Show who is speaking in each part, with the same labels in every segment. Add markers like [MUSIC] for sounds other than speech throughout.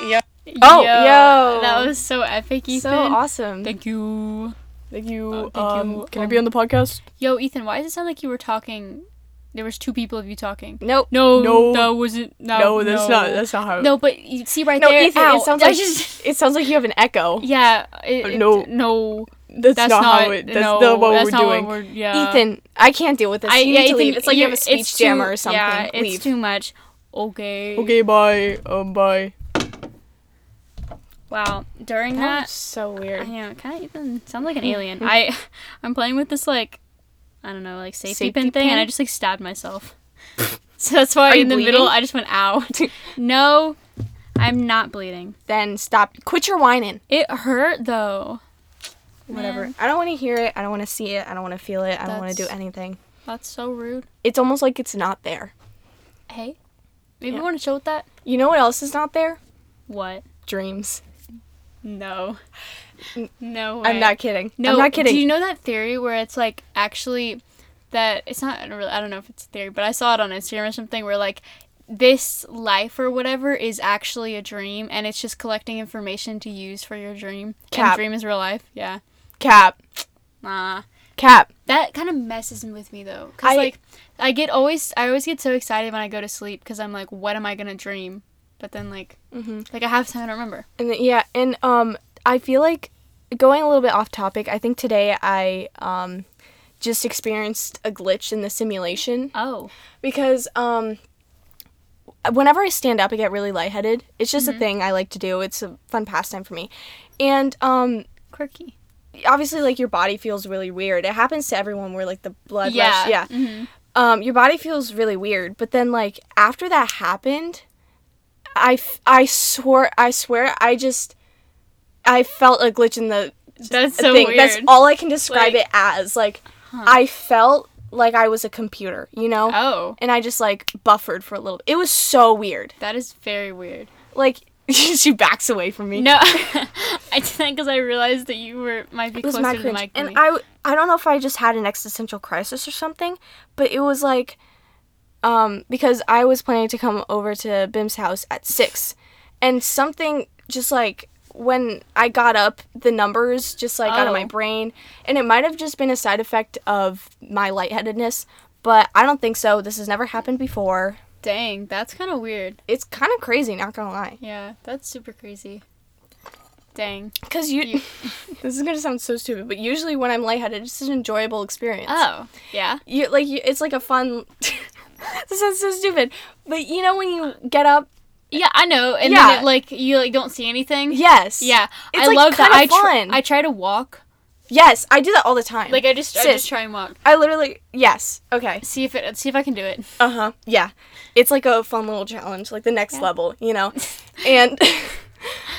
Speaker 1: Oh, yo.
Speaker 2: That was so epic, Ethan.
Speaker 1: So awesome.
Speaker 2: Thank you.
Speaker 1: Thank you.
Speaker 2: Oh, thank
Speaker 1: um,
Speaker 2: you.
Speaker 1: Can I
Speaker 2: Um,
Speaker 1: be on the podcast?
Speaker 2: Yo, Ethan, why does it sound like you were talking? There was two people of you talking.
Speaker 1: Nope.
Speaker 2: No,
Speaker 1: No.
Speaker 2: that wasn't. No,
Speaker 1: No, that's
Speaker 2: no.
Speaker 1: not. That's not how.
Speaker 2: No, but you see right
Speaker 1: no,
Speaker 2: there.
Speaker 1: Ethan.
Speaker 2: ow,
Speaker 1: It
Speaker 2: [LAUGHS]
Speaker 1: sounds
Speaker 2: I
Speaker 1: like [LAUGHS]
Speaker 2: just-
Speaker 1: it sounds like you have an echo.
Speaker 2: yeah. It,
Speaker 1: Uh,
Speaker 2: it-
Speaker 1: no.
Speaker 2: no,
Speaker 1: That's,
Speaker 2: that's
Speaker 1: not,
Speaker 2: not,
Speaker 1: how it. That's
Speaker 2: no,
Speaker 1: not what
Speaker 2: that's
Speaker 1: we're
Speaker 2: not
Speaker 1: doing.
Speaker 2: we're- yeah.
Speaker 1: Ethan, I can't deal with this.
Speaker 2: I,
Speaker 1: you
Speaker 2: yeah,
Speaker 1: need to
Speaker 2: Ethan,
Speaker 1: leave. It's like you have a
Speaker 2: it's
Speaker 1: speech
Speaker 2: too-
Speaker 1: jammer or something.
Speaker 2: Yeah, it's
Speaker 1: leave.
Speaker 2: too much. Okay.
Speaker 1: okay, bye. Um, bye.
Speaker 2: Wow. During
Speaker 1: That was
Speaker 2: that,
Speaker 1: so
Speaker 2: I
Speaker 1: weird.
Speaker 2: know, kind of even sounds like an
Speaker 1: Hmm.
Speaker 2: alien. I, [LAUGHS] I'm playing with this like, I don't know, like safety,
Speaker 1: Safety
Speaker 2: pin thing, and I
Speaker 1: pin?
Speaker 2: just like stabbed
Speaker 1: [LAUGHS]
Speaker 2: myself. [LAUGHS] so that's why
Speaker 1: Are you
Speaker 2: in the middle
Speaker 1: bleeding?
Speaker 2: I just went
Speaker 1: [LAUGHS]
Speaker 2: out. no, I'm not bleeding.
Speaker 1: Then stop. Quit your whining.
Speaker 2: It hurt though.
Speaker 1: Whatever.
Speaker 2: Man,
Speaker 1: I don't want to hear it. I don't want to see it. I don't want to feel it. I don't want to do
Speaker 2: That's-
Speaker 1: anything.
Speaker 2: that's so rude.
Speaker 1: It's almost like it's not there.
Speaker 2: Hey, maybe
Speaker 1: Yeah.
Speaker 2: you want to show with that.
Speaker 1: You know what else is not there?
Speaker 2: What?
Speaker 1: Dreams.
Speaker 2: No. [LAUGHS]
Speaker 1: N-
Speaker 2: No.
Speaker 1: I'm
Speaker 2: way.
Speaker 1: not kidding.
Speaker 2: No,
Speaker 1: I'm not kidding.
Speaker 2: Do you know that theory where it's like actually that it's not I don't really I don't know if it's a theory, but I saw it on Instagram or something where like this life or whatever is actually a dream and it's just collecting information to use for your dream. And
Speaker 1: Cap.
Speaker 2: dream is real life. Yeah.
Speaker 1: Cap.
Speaker 2: Nah.
Speaker 1: Cap.
Speaker 2: That kind of messes with me though. Cause
Speaker 1: I-
Speaker 2: like I get always I always get so excited when I go to sleep because I'm like, what am I gonna dream? But then like
Speaker 1: Mm-hmm.
Speaker 2: like I have time I don't remember.
Speaker 1: And th- yeah, and um, I feel like going a little bit off topic. I think today I um, just experienced a glitch in the simulation
Speaker 2: Oh.
Speaker 1: because um, whenever I stand up, I get really lightheaded. It's just
Speaker 2: Mm-hmm.
Speaker 1: a thing I like to do. It's a fun pastime for me, and um,
Speaker 2: Quirky.
Speaker 1: obviously, like your body feels really weird. It happens to everyone where like the blood rush. Yeah,
Speaker 2: hmm
Speaker 1: um, your body feels really weird. But then, like after that happened, I f- I swore I swear I just I felt a glitch in the
Speaker 2: That's so
Speaker 1: thing.
Speaker 2: weird.
Speaker 1: That's all I can describe
Speaker 2: Like-
Speaker 1: it as. Like I felt like I was a computer, you know,
Speaker 2: Oh.
Speaker 1: and I just like buffered for a little. It was so weird.
Speaker 2: That is very weird.
Speaker 1: Like she backs away from [LAUGHS] me.
Speaker 2: No, [LAUGHS] I did that because I realized that you were might be
Speaker 1: it was
Speaker 2: closer
Speaker 1: mad
Speaker 2: to the
Speaker 1: cringe.
Speaker 2: mic than
Speaker 1: And
Speaker 2: me.
Speaker 1: I w- I don't know if I just had an existential crisis or something, but it was like, um, because I was planning to come over to Bim's house at six, and something just like when I got up, the numbers just like out of
Speaker 2: Oh.
Speaker 1: my brain, and it might have just been a side effect of my lightheadedness, but I don't think so. This has never happened before.
Speaker 2: Dang, that's kind of weird.
Speaker 1: It's kind of crazy, not gonna lie.
Speaker 2: Yeah, that's super crazy. Dang.
Speaker 1: Cause you,
Speaker 2: You-
Speaker 1: [LAUGHS] this is gonna sound so stupid, but usually when I'm lightheaded, it's an enjoyable experience.
Speaker 2: Oh, yeah.
Speaker 1: you like you, it's like a fun [LAUGHS] this sounds so stupid but you know when you get up
Speaker 2: Yeah, I know. And
Speaker 1: Yeah.
Speaker 2: then it, like you like don't see anything.
Speaker 1: yes
Speaker 2: Yeah,
Speaker 1: It's,
Speaker 2: I
Speaker 1: like,
Speaker 2: love that.
Speaker 1: kinda
Speaker 2: I tr-
Speaker 1: fun.
Speaker 2: I try to walk.
Speaker 1: yes i do that all the time
Speaker 2: Like I just I
Speaker 1: Sis.
Speaker 2: just try and walk.
Speaker 1: i literally yes okay
Speaker 2: See if it see if I can do it.
Speaker 1: uh-huh yeah it's like a fun little challenge like the next
Speaker 2: Yeah.
Speaker 1: level
Speaker 2: [LAUGHS]
Speaker 1: you know and [LAUGHS]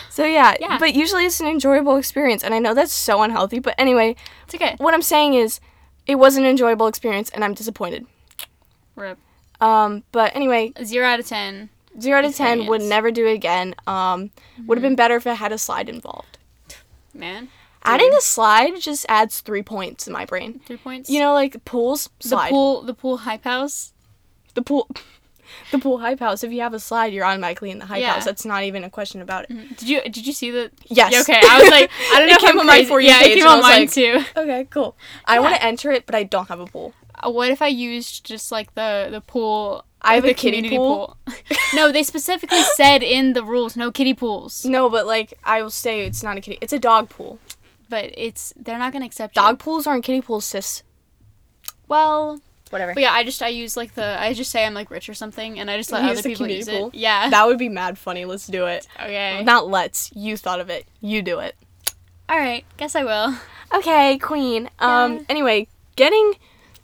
Speaker 1: so yeah,
Speaker 2: Yeah.
Speaker 1: but usually it's an enjoyable experience and i know that's so unhealthy but anyway
Speaker 2: It's okay.
Speaker 1: what i'm saying is it was an enjoyable experience and i'm disappointed
Speaker 2: Rip.
Speaker 1: um but anyway
Speaker 2: Zero out of ten.
Speaker 1: zero to ten would
Speaker 2: Experience.
Speaker 1: never do it again um would have been better if it had a slide involved
Speaker 2: Man,
Speaker 1: Adding a slide just adds three points in my brain.
Speaker 2: three points.
Speaker 1: You know, like pools
Speaker 2: the
Speaker 1: slide.
Speaker 2: pool the pool hype house.
Speaker 1: The pool, [LAUGHS] the pool hype house. If you have a slide, you're automatically in the hype
Speaker 2: Yeah.
Speaker 1: house. That's not even a question about it.
Speaker 2: Did you did you see the?
Speaker 1: Mm-hmm. Yes.
Speaker 2: Yeah, okay, I was like I don't know
Speaker 1: [LAUGHS]
Speaker 2: if
Speaker 1: It came
Speaker 2: I'm
Speaker 1: on my
Speaker 2: crazy.
Speaker 1: For You
Speaker 2: yeah,
Speaker 1: page,
Speaker 2: it came
Speaker 1: and I
Speaker 2: on
Speaker 1: was
Speaker 2: mine
Speaker 1: like,
Speaker 2: too.
Speaker 1: Okay, cool. I want to enter it, but I don't have a pool.
Speaker 2: Uh, What if I used just like the the pool?
Speaker 1: I
Speaker 2: like,
Speaker 1: have a
Speaker 2: the
Speaker 1: kiddie
Speaker 2: community
Speaker 1: pool.
Speaker 2: [LAUGHS] no, they
Speaker 1: [LAUGHS]
Speaker 2: specifically said in the rules no kiddie pools,
Speaker 1: No, but like I will say, it's not a kiddie. It's a dog pool.
Speaker 2: but it's they're not gonna accept you.
Speaker 1: Dog pools aren't kiddie pools,
Speaker 2: [LAUGHS]
Speaker 1: sis.
Speaker 2: Well,
Speaker 1: Whatever.
Speaker 2: but yeah, I just I use like the I just say I'm like rich or something, and I just let
Speaker 1: You use
Speaker 2: other
Speaker 1: the
Speaker 2: people
Speaker 1: kiddie
Speaker 2: use
Speaker 1: pool?
Speaker 2: it. Yeah.
Speaker 1: That would be mad funny. Let's do it.
Speaker 2: okay.
Speaker 1: Not let's. You thought of it. You do it.
Speaker 2: All right. Guess I will.
Speaker 1: Okay, Queen. Um.
Speaker 2: Yeah.
Speaker 1: Anyway, getting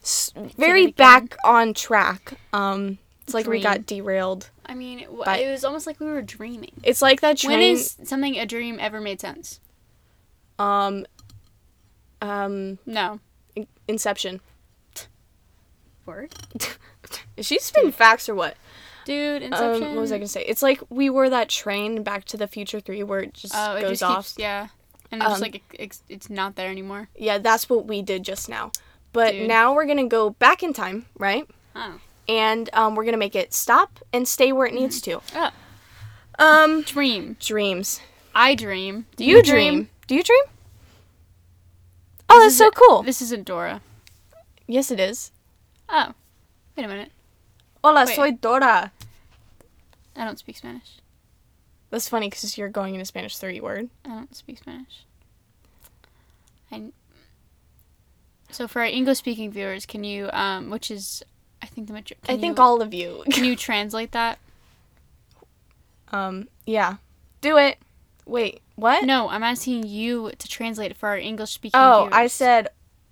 Speaker 1: s- very
Speaker 2: again.
Speaker 1: back on track. Um. It's like we
Speaker 2: Dream.
Speaker 1: got derailed.
Speaker 2: I mean, it, w-
Speaker 1: Bye.
Speaker 2: it was almost like we were dreaming.
Speaker 1: It's like that train.
Speaker 2: When is something a dream ever made sense?
Speaker 1: um. Um.
Speaker 2: No.
Speaker 1: In- Inception.
Speaker 2: Word.
Speaker 1: Is she spinning facts or what?
Speaker 2: Dude,
Speaker 1: Um,
Speaker 2: Inception.
Speaker 1: what was I gonna say? It's like we were that train in Back to the Future Three, where it just
Speaker 2: Oh, it
Speaker 1: goes
Speaker 2: just
Speaker 1: off.
Speaker 2: keeps yeah, and it's
Speaker 1: Um,
Speaker 2: just like it- it's, it's not there anymore.
Speaker 1: yeah, that's what we did just now. But
Speaker 2: Dude.
Speaker 1: now we're gonna go back in time, right?
Speaker 2: Oh.
Speaker 1: And um, we're gonna make it stop and stay where it needs to.
Speaker 2: Oh.
Speaker 1: Um,
Speaker 2: Dream.
Speaker 1: dreams.
Speaker 2: I dream. Do
Speaker 1: You dream. Do you dream? Oh, that's so cool.
Speaker 2: This isn't Dora.
Speaker 1: Yes, it is.
Speaker 2: Oh. Wait a minute.
Speaker 1: Hola,
Speaker 2: Wait.
Speaker 1: soy Dora.
Speaker 2: I don't speak Spanish.
Speaker 1: That's funny because you're going into Spanish three word.
Speaker 2: I don't speak Spanish. I. So for our English-speaking viewers, can you, um, which is, I think the majority.
Speaker 1: I think all of you. [LAUGHS]
Speaker 2: Can you translate that?
Speaker 1: um, yeah. Do it. Wait, what?
Speaker 2: No, I'm asking you to translate it for our English-speaking.
Speaker 1: oh,
Speaker 2: viewers.
Speaker 1: I said,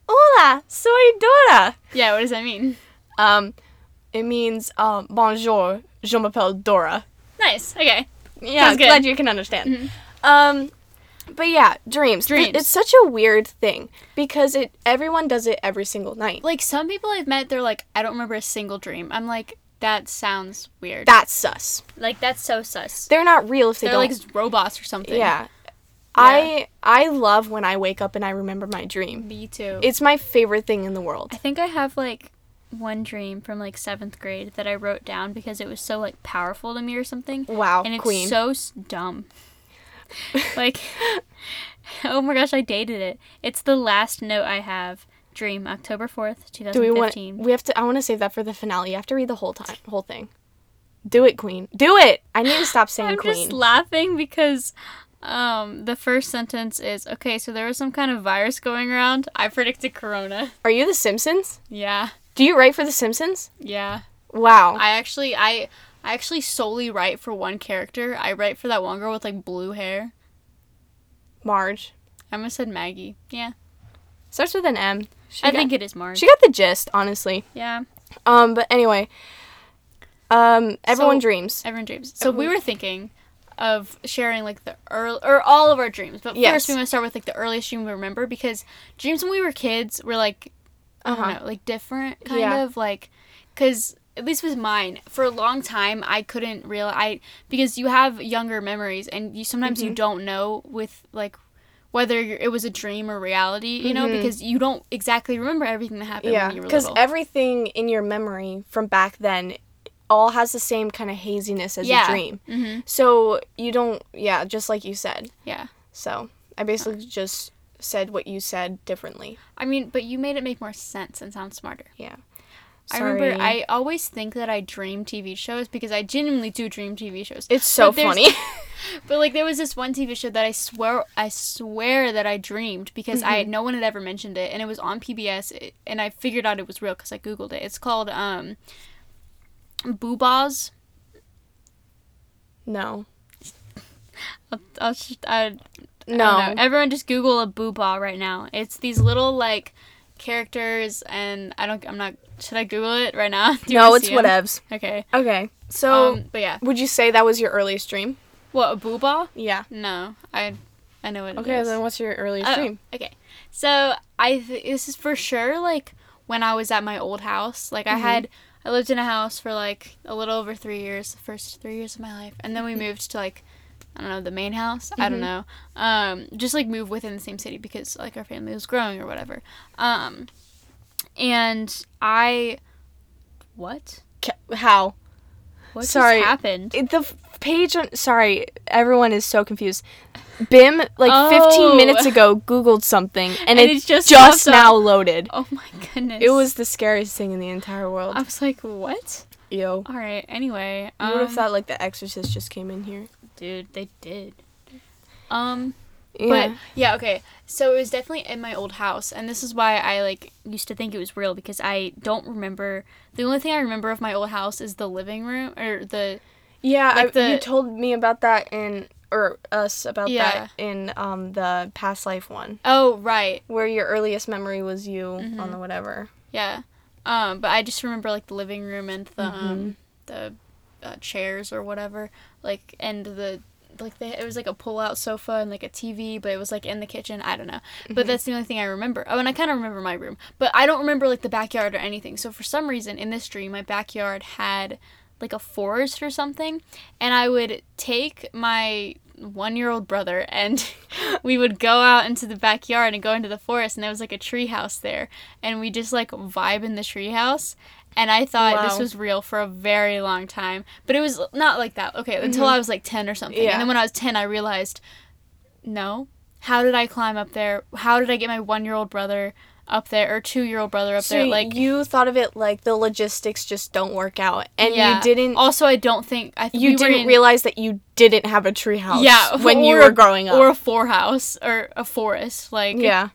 Speaker 1: Hola, soy Dora.
Speaker 2: Yeah, what does that mean?
Speaker 1: Um, it means um, bonjour, je m'appelle Dora.
Speaker 2: Nice. Okay.
Speaker 1: Yeah,
Speaker 2: Sounds good.
Speaker 1: glad you can understand. Um, but yeah, dreams. Th-
Speaker 2: Dreams.
Speaker 1: It's such a weird thing because it everyone does it every single night.
Speaker 2: Like some people I've met, they're like, I don't remember a single dream. I'm like, that sounds weird.
Speaker 1: That's sus.
Speaker 2: like that's so sus.
Speaker 1: They're not real if they
Speaker 2: They're
Speaker 1: don't.
Speaker 2: like robots or something.
Speaker 1: yeah. I I love when I wake up and I remember my dream.
Speaker 2: Me too.
Speaker 1: It's my favorite thing in the world.
Speaker 2: I think I have like one dream from like seventh grade that I wrote down because it was so like powerful to me or something.
Speaker 1: Wow,
Speaker 2: and it's
Speaker 1: queen.
Speaker 2: so s-
Speaker 1: [LAUGHS]
Speaker 2: dumb. like, [LAUGHS] oh my gosh, I dated it. It's the last note I have. Dream, October fourth, two
Speaker 1: Do we
Speaker 2: thousand
Speaker 1: want?
Speaker 2: fifteen.
Speaker 1: We have to. I want to save that for the finale. You have to read the whole time, whole thing. Do it, queen. Do it. I need to
Speaker 2: [GASPS]
Speaker 1: stop saying
Speaker 2: I'm
Speaker 1: queen.
Speaker 2: just laughing because um, the first sentence is okay. So there was some kind of virus going around. I predicted corona. [LAUGHS]
Speaker 1: Are you the Simpsons?
Speaker 2: Yeah,
Speaker 1: Do you write for the Simpsons?
Speaker 2: yeah.
Speaker 1: Wow.
Speaker 2: I actually, I, I actually solely write for one character. I write for that one girl with like blue hair.
Speaker 1: Marge.
Speaker 2: I almost said Maggie. Yeah,
Speaker 1: Starts with an M. She
Speaker 2: I
Speaker 1: got,
Speaker 2: think it is Marge.
Speaker 1: she got the gist, honestly.
Speaker 2: yeah,
Speaker 1: Um, but anyway. Um, everyone
Speaker 2: So-
Speaker 1: dreams.
Speaker 2: everyone dreams. So we were thinking of sharing like the early or all of our dreams, but
Speaker 1: Yes.
Speaker 2: first we want to start with like the earliest dream we remember because dreams when we were kids were like I don't
Speaker 1: Uh-huh.
Speaker 2: know, like different kind
Speaker 1: Yeah.
Speaker 2: of like, because at least with mine, for a long time I couldn't realize I because you have younger memories and you sometimes
Speaker 1: Mm-hmm.
Speaker 2: you don't know with like whether you're, it was a dream or reality, you know, because you don't exactly remember everything that happened
Speaker 1: Mm-hmm. Yeah.
Speaker 2: when you were
Speaker 1: Because
Speaker 2: little.
Speaker 1: everything in your memory from back then all has the same kind of haziness as
Speaker 2: Yeah.
Speaker 1: a dream.
Speaker 2: hmm
Speaker 1: So you don't, yeah, just like you said.
Speaker 2: Yeah,
Speaker 1: So I basically just said what you said differently.
Speaker 2: I mean, but you made it make more sense and sound smarter.
Speaker 1: Yeah.
Speaker 2: I
Speaker 1: Sorry.
Speaker 2: remember I always think that I dream TV shows because I genuinely do dream TV shows.
Speaker 1: It's so
Speaker 2: But there's- [LAUGHS]
Speaker 1: funny. [LAUGHS]
Speaker 2: But like there was this one TV show that I swear I swear that I dreamed because I
Speaker 1: Mm-hmm.
Speaker 2: no one had ever mentioned it and it was on PBS it- and I figured out it was real cuz I googled it. It's called um Boobas.
Speaker 1: no.
Speaker 2: I'll, I'll just, I,
Speaker 1: No.
Speaker 2: I don't know. Everyone just google a boobah right now. It's these little like characters and I don't I'm not should I google it right now? [LAUGHS] Do you
Speaker 1: No,
Speaker 2: wanna
Speaker 1: it's
Speaker 2: see 'em?
Speaker 1: whatevs.
Speaker 2: Okay.
Speaker 1: Okay. So
Speaker 2: um, but yeah.
Speaker 1: would you say that was your earliest dream?
Speaker 2: What a boobah?
Speaker 1: Yeah. Uh,
Speaker 2: No. I I know what it
Speaker 1: Okay,
Speaker 2: is.
Speaker 1: then what's your earliest
Speaker 2: Oh,
Speaker 1: dream?
Speaker 2: Okay. So I th- this is for sure like when I was at my old house. Like I
Speaker 1: Mm-hmm.
Speaker 2: had I lived in a house for like a little over three years, the first three years of my life, and then
Speaker 1: Mm-hmm.
Speaker 2: we moved to like I don't know the main house. I don't know. Um, just like move within the same city because like our family was growing or whatever. Um, and I what
Speaker 1: Ca- How?
Speaker 2: what
Speaker 1: Sorry.
Speaker 2: just happened?
Speaker 1: It- The f- page on sorry, everyone is so confused. Bim like 15
Speaker 2: Oh.
Speaker 1: minutes ago googled something
Speaker 2: And
Speaker 1: and, it's
Speaker 2: it just
Speaker 1: just,
Speaker 2: popped up.
Speaker 1: now loaded.
Speaker 2: Oh my goodness!
Speaker 1: It was Uh, the scariest thing in the entire world.
Speaker 2: I was like, what?
Speaker 1: Yo.
Speaker 2: All right. Anyway,
Speaker 1: You would
Speaker 2: um,
Speaker 1: have thought like the exorcist just came in here.
Speaker 2: dude, they did. Um.
Speaker 1: Yeah.
Speaker 2: But yeah, okay. So it was definitely in my old house, and this is why I like used to think it was real because I don't remember. The only thing I remember of my old house is the living room or the
Speaker 1: yeah, I,
Speaker 2: like the-
Speaker 1: you told me about that in or us about
Speaker 2: Yeah.
Speaker 1: that in um the past life one
Speaker 2: oh right
Speaker 1: where your earliest memory was you on the whatever.
Speaker 2: yeah. Um, but I just remember like the living room and the
Speaker 1: Mm-hmm.
Speaker 2: um the uh, chairs or whatever like and the like they, it was like a pull out sofa and like a TV, but it was like in the kitchen. I don't know, but that's the only thing I remember. Oh, and I kind of remember my room, but I don't remember like the backyard or anything. So for some reason in this dream, my backyard had like a forest or something, and I would take my one year old brother and [LAUGHS] we would go out into the backyard and go into the forest and there was like a tree house there and we just like vibe in the tree house and I thought this
Speaker 1: Wow.
Speaker 2: was real for a very long time. But it was not like that. Okay, until I was like 10 or something.
Speaker 1: Mm-hmm. Yeah.
Speaker 2: And then when I was 10, I realized no. How did I climb up there? How did I get my 1-year-old brother up there or 2-year-old brother up
Speaker 1: So
Speaker 2: there? Like
Speaker 1: you thought of it like the logistics just don't work out, and
Speaker 2: yeah.
Speaker 1: you didn't
Speaker 2: Also, I don't think I think
Speaker 1: you
Speaker 2: we were
Speaker 1: didn't
Speaker 2: in-
Speaker 1: realize that you didn't have a treehouse
Speaker 2: yeah,
Speaker 1: when you
Speaker 2: or
Speaker 1: were
Speaker 2: a-
Speaker 1: growing up.
Speaker 2: or a forehouse or a forest like
Speaker 1: Yeah.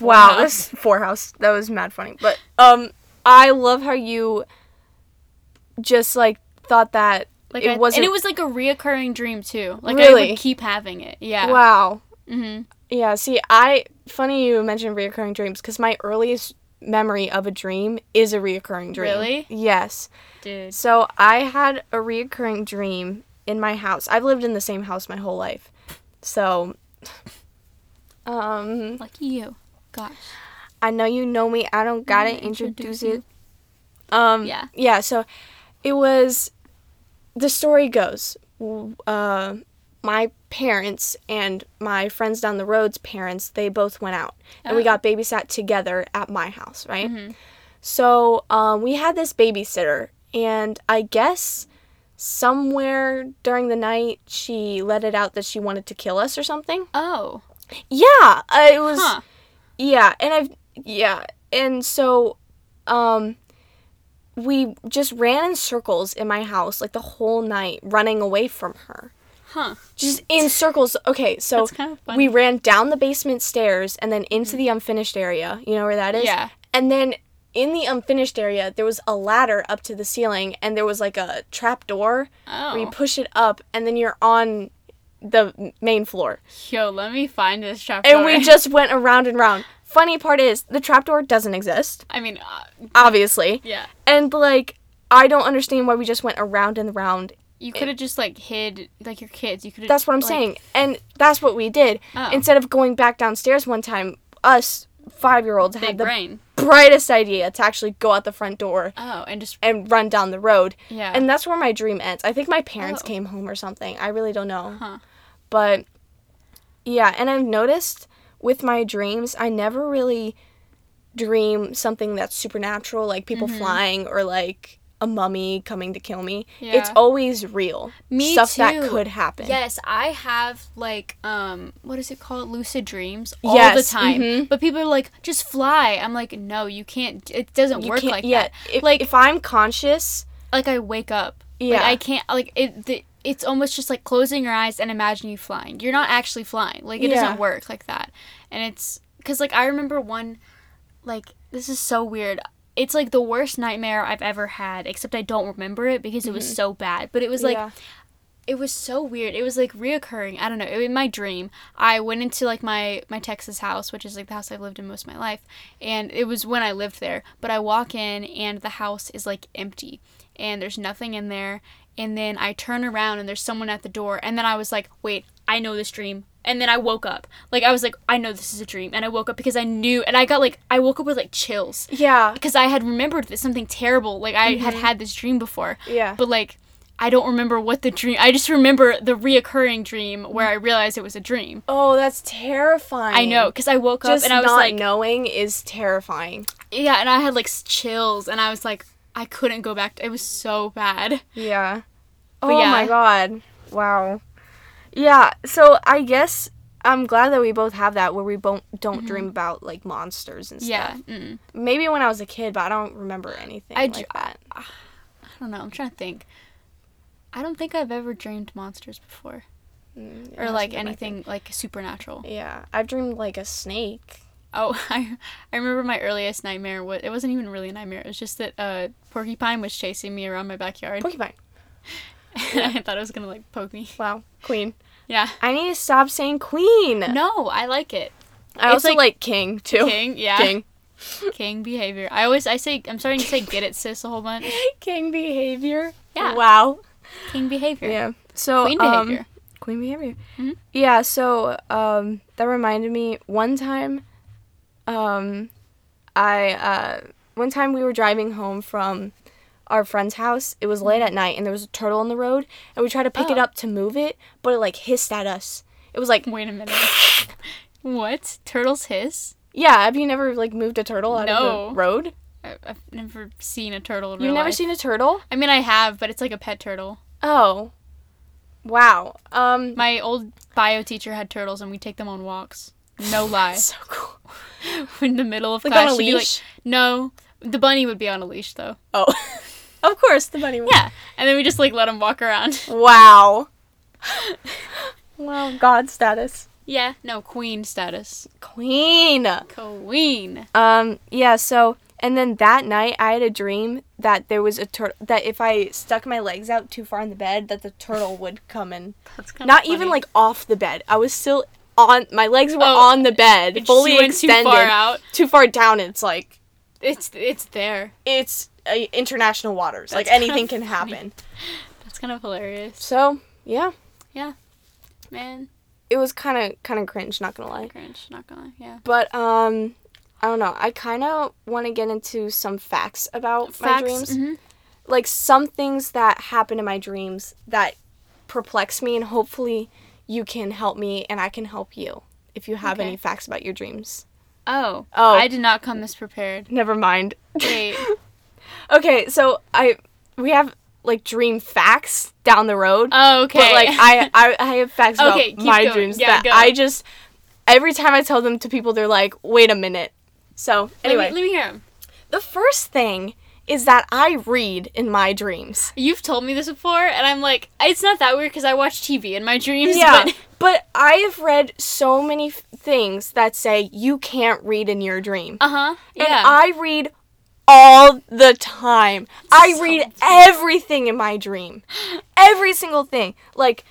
Speaker 1: Wow,
Speaker 2: house.
Speaker 1: this four house. That was mad funny. But um I love how you just like thought that
Speaker 2: like
Speaker 1: it
Speaker 2: I- and
Speaker 1: wasn't
Speaker 2: it was like a reoccurring dream too. Like I
Speaker 1: Really?
Speaker 2: would keep having it. Yeah.
Speaker 1: wow.
Speaker 2: Mhm.
Speaker 1: Yeah, see I funny you mentioned reoccurring dreams cuz my earliest memory of a dream is a reoccurring dream.
Speaker 2: Really?
Speaker 1: Yes.
Speaker 2: Dude.
Speaker 1: So I had a reoccurring dream in my house. I've lived in the same house my whole life. So [LAUGHS] um
Speaker 2: Lucky you. Gosh.
Speaker 1: I know you know me. I don't gotta
Speaker 2: Mm, introduce
Speaker 1: introduce it. Um,
Speaker 2: Yeah.
Speaker 1: Yeah. So it was. The story goes. w- Uh, my parents and my friends down the road's parents. They both went out, and we
Speaker 2: Oh. Mm-hmm.
Speaker 1: got babysat together at my house. Right. So um, we had this babysitter, and I guess somewhere during the night she let it out that she wanted to kill us or something.
Speaker 2: Oh.
Speaker 1: Yeah. Uh, it was.
Speaker 2: Huh.
Speaker 1: Yeah, and I've yeah, and so um we just ran in circles in my house like the whole night running away from her.
Speaker 2: Huh.
Speaker 1: Just
Speaker 2: [LAUGHS]
Speaker 1: in circles. Okay, so
Speaker 2: That's kind of funny. Mm-hmm.
Speaker 1: we ran down the basement stairs and then into the unfinished area. You know where that is?
Speaker 2: Yeah.
Speaker 1: And then in the unfinished area, there was a ladder up to the ceiling and there was like a trap door where you
Speaker 2: Oh.
Speaker 1: push it up and then you're on the main floor
Speaker 2: Yo, let me find this chapter. [LAUGHS]
Speaker 1: and we just went around and round. Funny part is the trapdoor doesn't exist,
Speaker 2: I mean, uh,
Speaker 1: obviously,
Speaker 2: yeah.
Speaker 1: and like I don't understand why we just went around and round.
Speaker 2: You could have just like hid like your kids. You could have
Speaker 1: That's what I'm saying, and that's what we did.
Speaker 2: Oh.
Speaker 1: Instead of going back downstairs one time, us five year olds
Speaker 2: Big
Speaker 1: had the
Speaker 2: brain.
Speaker 1: brightest idea to actually go out the front door
Speaker 2: Oh, and just
Speaker 1: and run down the road.
Speaker 2: yeah.
Speaker 1: And that's where my dream ends. I think my parents
Speaker 2: Oh.
Speaker 1: came home or something. I really don't know.
Speaker 2: Huh.
Speaker 1: But yeah, and I've noticed with my dreams, I never really dream something that's supernatural, like people
Speaker 2: Mm-hmm.
Speaker 1: flying or like a mummy coming to kill me. It's
Speaker 2: Yeah.
Speaker 1: always real.
Speaker 2: Me
Speaker 1: Stuff
Speaker 2: too.
Speaker 1: that could happen.
Speaker 2: Yes, I have like um what is it called? Lucid dreams all
Speaker 1: Yes,
Speaker 2: the time.
Speaker 1: mhm.
Speaker 2: But people are like, just fly. I'm like, no, you can't. It doesn't
Speaker 1: You
Speaker 2: work
Speaker 1: can't
Speaker 2: like
Speaker 1: yeah,
Speaker 2: that.
Speaker 1: If,
Speaker 2: Like-
Speaker 1: like if I'm conscious,
Speaker 2: Like I wake up. Like
Speaker 1: Yeah.
Speaker 2: I can't. Like it. The, it's almost just like closing your eyes and imagining you flying. You're not actually flying. Like it
Speaker 1: Yeah.
Speaker 2: doesn't work like that. And it's because like I remember one. Like this is so weird. It's like the worst nightmare I've ever had, except I don't remember it because it was so bad. But it was like
Speaker 1: Mm-hmm. yeah.
Speaker 2: it was so weird. It was like reoccurring. I don't know. In my dream, I went into like my my Texas house, which is like the house I've lived in most of my life, and it was when I lived there. But I walk in and the house is like empty, and there's nothing in there. And then I turn around and there's someone at the door. And then I was like, wait, I know this dream. And then I woke up. Like I was like, I know this is a dream. And I woke up because I knew. And I got like, I woke up with like chills
Speaker 1: yeah.
Speaker 2: because I had remembered that something terrible. Like I had had this dream before.
Speaker 1: Mm-hmm. Yeah.
Speaker 2: But like I don't remember what the dream. I just remember the reoccurring dream where I
Speaker 1: Mm.
Speaker 2: realized it was a dream.
Speaker 1: Oh, that's terrifying.
Speaker 2: I know because I woke up
Speaker 1: Just
Speaker 2: and I was
Speaker 1: not
Speaker 2: like,
Speaker 1: knowing is terrifying.
Speaker 2: yeah, and I had like s- chills and I was like, I couldn't go back. To- it was so bad.
Speaker 1: Yeah.
Speaker 2: But
Speaker 1: oh
Speaker 2: yeah.
Speaker 1: my god. Wow. Yeah, so I guess I'm glad that we both have that where we both don't dream about like monsters and stuff.
Speaker 2: Mm-hmm. Yeah. Mm.
Speaker 1: Maybe when I was a kid, but I don't remember anything
Speaker 2: I
Speaker 1: like
Speaker 2: dr-
Speaker 1: that.
Speaker 2: I don't know. I'm trying to think. I don't think I've ever dreamed monsters before
Speaker 1: Mm, yeah,
Speaker 2: or
Speaker 1: that's
Speaker 2: like
Speaker 1: something I
Speaker 2: anything like supernatural.
Speaker 1: think. Yeah, I've dreamed like a snake.
Speaker 2: Oh, [LAUGHS] I I remember my earliest nightmare. What it wasn't even really a nightmare. It was just that a porcupine was chasing me around my backyard.
Speaker 1: Porcupine.
Speaker 2: and [LAUGHS] I thought it was gonna like poke me.
Speaker 1: Wow, queen.
Speaker 2: Yeah.
Speaker 1: I need to stop saying queen.
Speaker 2: [LAUGHS] No, I like it.
Speaker 1: I
Speaker 2: it's
Speaker 1: also
Speaker 2: like-
Speaker 1: like, king too.
Speaker 2: Oh, King, yeah.
Speaker 1: King.
Speaker 2: [LAUGHS] King behavior. I always I say I'm starting to say get it sis a whole bunch.
Speaker 1: King behavior.
Speaker 2: Yeah.
Speaker 1: Wow.
Speaker 2: King behavior.
Speaker 1: Yeah. So
Speaker 2: Queen
Speaker 1: um,
Speaker 2: behavior.
Speaker 1: Queen behavior.
Speaker 2: Mhm.
Speaker 1: Yeah, so um, that reminded me one time, um, I uh, one time we were driving home from our friend's house. It was late at night and there was a turtle on the road and we tried to pick it
Speaker 2: Oh.
Speaker 1: up to move it, but it like hissed at us. It was like,
Speaker 2: Wait a minute. [LAUGHS] what? Turtles hiss?
Speaker 1: yeah, have you never like moved a turtle out of
Speaker 2: No.
Speaker 1: the road?
Speaker 2: I, I've never seen a turtle in
Speaker 1: You've
Speaker 2: real
Speaker 1: never
Speaker 2: life.
Speaker 1: seen a turtle?
Speaker 2: I mean, I have, but it's like a pet turtle.
Speaker 1: Oh. Wow. Um
Speaker 2: My old bio teacher had turtles, and we take them on walks. No [LAUGHS] lie.
Speaker 1: so cool.
Speaker 2: in the middle of
Speaker 1: Like
Speaker 2: class,
Speaker 1: on a
Speaker 2: she'd be like,
Speaker 1: leash?
Speaker 2: no, the bunny would be on a leash though.
Speaker 1: Oh. [LAUGHS] of course, the
Speaker 2: [LAUGHS]
Speaker 1: bunny would.
Speaker 2: Yeah, and then we just like let him walk around. [LAUGHS]
Speaker 1: Wow. wow, god status.
Speaker 2: yeah, no queen status.
Speaker 1: Queen.
Speaker 2: Queen.
Speaker 1: Um yeah, so and then that night I had a dream that there was a turtle that if I stuck my legs out too far in the bed that the turtle would come in.
Speaker 2: That's kind
Speaker 1: Not even like off the bed. I was still on my legs were
Speaker 2: Oh,
Speaker 1: on the bed,
Speaker 2: it
Speaker 1: fully
Speaker 2: just went
Speaker 1: extended.
Speaker 2: too far out.
Speaker 1: too far down. It's like
Speaker 2: It's it's there.
Speaker 1: it's uh, international waters. like
Speaker 2: That's kind
Speaker 1: anything
Speaker 2: of
Speaker 1: can
Speaker 2: funny.
Speaker 1: happen.
Speaker 2: That's kind of hilarious.
Speaker 1: So yeah,
Speaker 2: Yeah, man,
Speaker 1: it was kind of kind of cringe. Not gonna lie,
Speaker 2: cringe. Not gonna. Yeah.
Speaker 1: but um, I don't know. I kind of want to get into some facts about my dreams,
Speaker 2: mhm.
Speaker 1: like some things that happen in my dreams that perplex me, and hopefully you can help me, and I can help you if you have
Speaker 2: Okay.
Speaker 1: any facts about your dreams.
Speaker 2: Oh.
Speaker 1: Oh.
Speaker 2: I did not come this
Speaker 1: [LAUGHS]
Speaker 2: prepared.
Speaker 1: Never mind.
Speaker 2: Wait.
Speaker 1: okay, so I we have like dream facts down the road.
Speaker 2: Oh, okay.
Speaker 1: But like
Speaker 2: [LAUGHS]
Speaker 1: I, I, I have facts about
Speaker 2: Okay, keep
Speaker 1: my
Speaker 2: going.
Speaker 1: dreams
Speaker 2: Yeah,
Speaker 1: that
Speaker 2: go.
Speaker 1: I just every time I tell them to people, they're like, "Wait a minute." So anyway,
Speaker 2: Let me, let me hear him.
Speaker 1: the first thing is that I read in my
Speaker 2: [LAUGHS]
Speaker 1: dreams.
Speaker 2: You've told me this before, and I'm like, it's not that weird because I watch TV in my dreams.
Speaker 1: Yeah,
Speaker 2: But [LAUGHS]
Speaker 1: but I have read so many f- things that say you can't read in your dream,
Speaker 2: uh huh. Yeah.
Speaker 1: and I read all the time. I
Speaker 2: So
Speaker 1: read everything in my
Speaker 2: [GASPS]
Speaker 1: dream, every single thing. Like,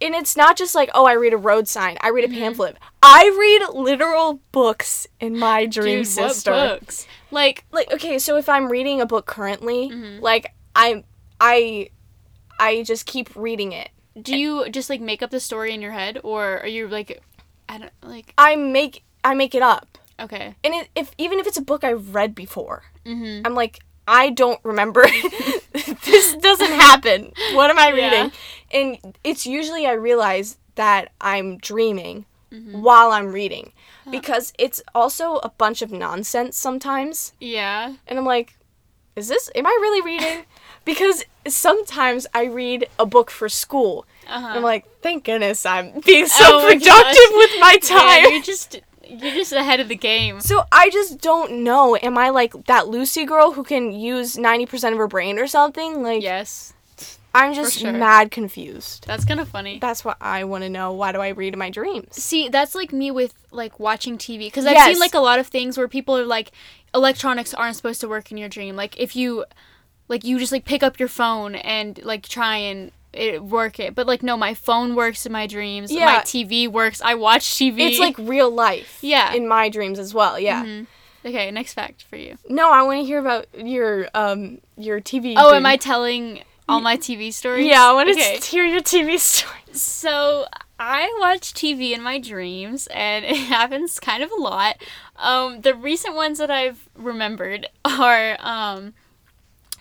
Speaker 1: and it's not just like, oh, I read a road sign, I
Speaker 2: Mm-hmm.
Speaker 1: read a pamphlet. I read literal books in my dream,
Speaker 2: Dude, what
Speaker 1: sister.
Speaker 2: books? Like,
Speaker 1: Like, okay, so if I'm reading a book currently,
Speaker 2: Mm-hmm.
Speaker 1: like I, I, I just keep reading it.
Speaker 2: do you just like make up the story in your head, or are you like, I don't like?
Speaker 1: I make I make it up,
Speaker 2: Okay.
Speaker 1: and it, if even if it's a book I've read before,
Speaker 2: Mm-hmm.
Speaker 1: I'm like, I don't remember. [LAUGHS] this doesn't happen. What am I
Speaker 2: Yeah.
Speaker 1: reading? And it's usually I realize that I'm dreaming
Speaker 2: Mm-hmm.
Speaker 1: while I'm reading because it's also a bunch of nonsense sometimes.
Speaker 2: Yeah.
Speaker 1: And I'm like, is this, am I
Speaker 2: [LAUGHS]
Speaker 1: really reading? Because sometimes I read a book for school.
Speaker 2: Uh huh.
Speaker 1: I'm like, thank goodness I'm being so
Speaker 2: Oh my
Speaker 1: productive
Speaker 2: gosh.
Speaker 1: with my time.
Speaker 2: you're just you're just ahead of the game.
Speaker 1: So I just don't know. Am I like that Lucy girl who can use 90% of her brain or something? Like,
Speaker 2: Yes.
Speaker 1: I'm just
Speaker 2: sure.
Speaker 1: mad confused.
Speaker 2: That's kind of funny.
Speaker 1: That's what I want to know. Why do I read in my dreams?
Speaker 2: See, that's like me with like watching TV because I've
Speaker 1: Yes.
Speaker 2: seen like a lot of things where people are like, electronics aren't supposed to work in your dream. Like if you, like you just like pick up your phone and like try and it, work it, but like no, my phone works in my dreams.
Speaker 1: Yeah.
Speaker 2: My TV works. I watch TV.
Speaker 1: It's like real life.
Speaker 2: Yeah. Mm-hmm.
Speaker 1: In my dreams as well. Yeah.
Speaker 2: okay, next fact for you.
Speaker 1: No, I want to hear about your um your TV.
Speaker 2: Oh,
Speaker 1: dream.
Speaker 2: am I telling all my TV stories?
Speaker 1: Yeah, I want to
Speaker 2: Okay.
Speaker 1: hear your TV stories.
Speaker 2: So I watch TV in my dreams, and [LAUGHS] it happens kind of a lot. Um, the recent ones that I've remembered are um,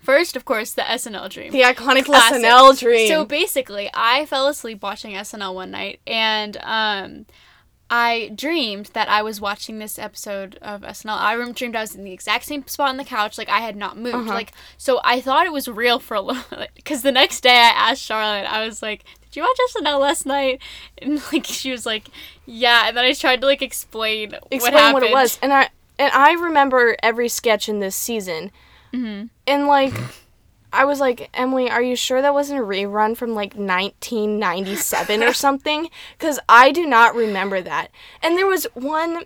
Speaker 2: first, of course, the SNL dream.
Speaker 1: The iconic
Speaker 2: Classic.
Speaker 1: SNL dream.
Speaker 2: So basically, I fell asleep watching SNL one night, and um, I dreamed that I was watching this episode of SNL. I rem- dreamed I was in the exact same spot on the couch, like I had not moved.
Speaker 1: Uh-huh.
Speaker 2: Like so, I thought it was real for a [LAUGHS] little. Because the next day, I asked Charlotte. I was like. Did you watch SNL last night? [LAUGHS] And like she was like, yeah. And then I tried to like explain,
Speaker 1: Explain
Speaker 2: what happened.
Speaker 1: what, it was. And I and I remember every sketch in this season.
Speaker 2: Mhm.
Speaker 1: And like I was like, Emily, are you sure that wasn't a rerun from like
Speaker 2: [LAUGHS]
Speaker 1: 1997 or something? Because I do not remember that. And there was one,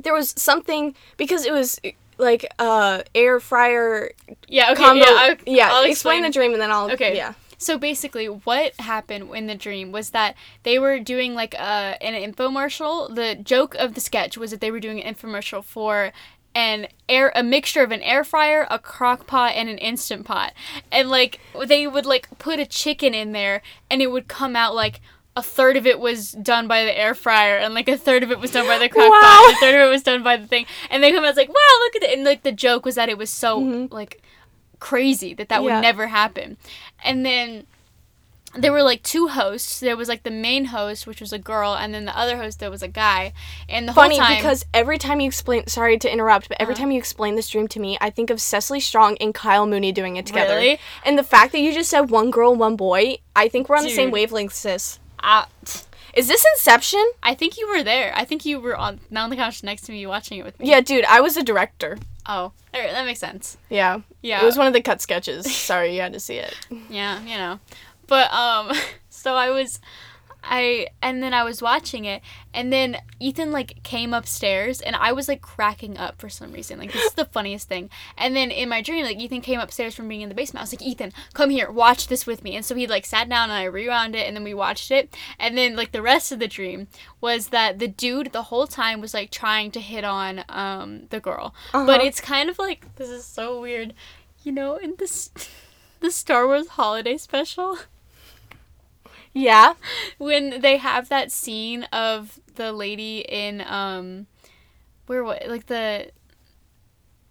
Speaker 1: there was something, because it was like uh air fryer
Speaker 2: Yeah. Okay.
Speaker 1: combo.
Speaker 2: Yeah.
Speaker 1: Yeah,
Speaker 2: I'll, I'll
Speaker 1: explain. the dream and then I'll.
Speaker 2: Okay.
Speaker 1: Yeah.
Speaker 2: So basically, what happened in the dream was that they were doing like a, an infomercial. The joke of the sketch was that they were doing an infomercial for an air a mixture of an air fryer, a crock pot, and an instant pot. And like they would like put a chicken in there, and it would come out like. A third of it was done by the air fryer, and like a third of it was done by the crock pot,
Speaker 1: Wow.
Speaker 2: and a
Speaker 1: Mm-hmm.
Speaker 2: third of it was done by the thing. And they come out it's like, wow, look at it! And like the joke was that it was so like crazy that that
Speaker 1: Yeah.
Speaker 2: would never happen. And then there were like two hosts. There was like the main host, which was a girl, and then the other host that was a guy. And the
Speaker 1: Funny
Speaker 2: whole time, Uh-huh.
Speaker 1: because every time you explain, sorry to interrupt, but every time you explain this dream to me, I think of Cecily Strong and Kyle Mooney doing it together.
Speaker 2: Really?
Speaker 1: And the fact that you just said one girl, one boy, I think we're on the same
Speaker 2: Dude.
Speaker 1: wavelength, sis.
Speaker 2: I,
Speaker 1: Is this Inception?
Speaker 2: I think you were there. I think you were on not on the couch next to me watching it with me.
Speaker 1: Yeah, dude, I was a director.
Speaker 2: Oh, all right, that makes sense.
Speaker 1: Yeah.
Speaker 2: Yeah.
Speaker 1: It was one of the
Speaker 2: [LAUGHS]
Speaker 1: cut sketches. Sorry, you had to see it.
Speaker 2: yeah, you know. But um [LAUGHS] so I was I and then I was watching it and then Ethan like came upstairs and I was like cracking up for some reason. Like this is the funniest thing. And then in my dream like Ethan came upstairs from being in the basement. I was like, "Ethan, come here. Watch this with me." And so he like sat down and I rewound it and then we watched it. And then like the rest of the dream was that the dude the whole time was like trying to hit on um the girl. But
Speaker 1: Uh-huh.
Speaker 2: it's kind of like this is so weird. You know, in this [LAUGHS] the Star Wars holiday special [LAUGHS]
Speaker 1: Yeah.
Speaker 2: when they have that scene of the lady in um where what like the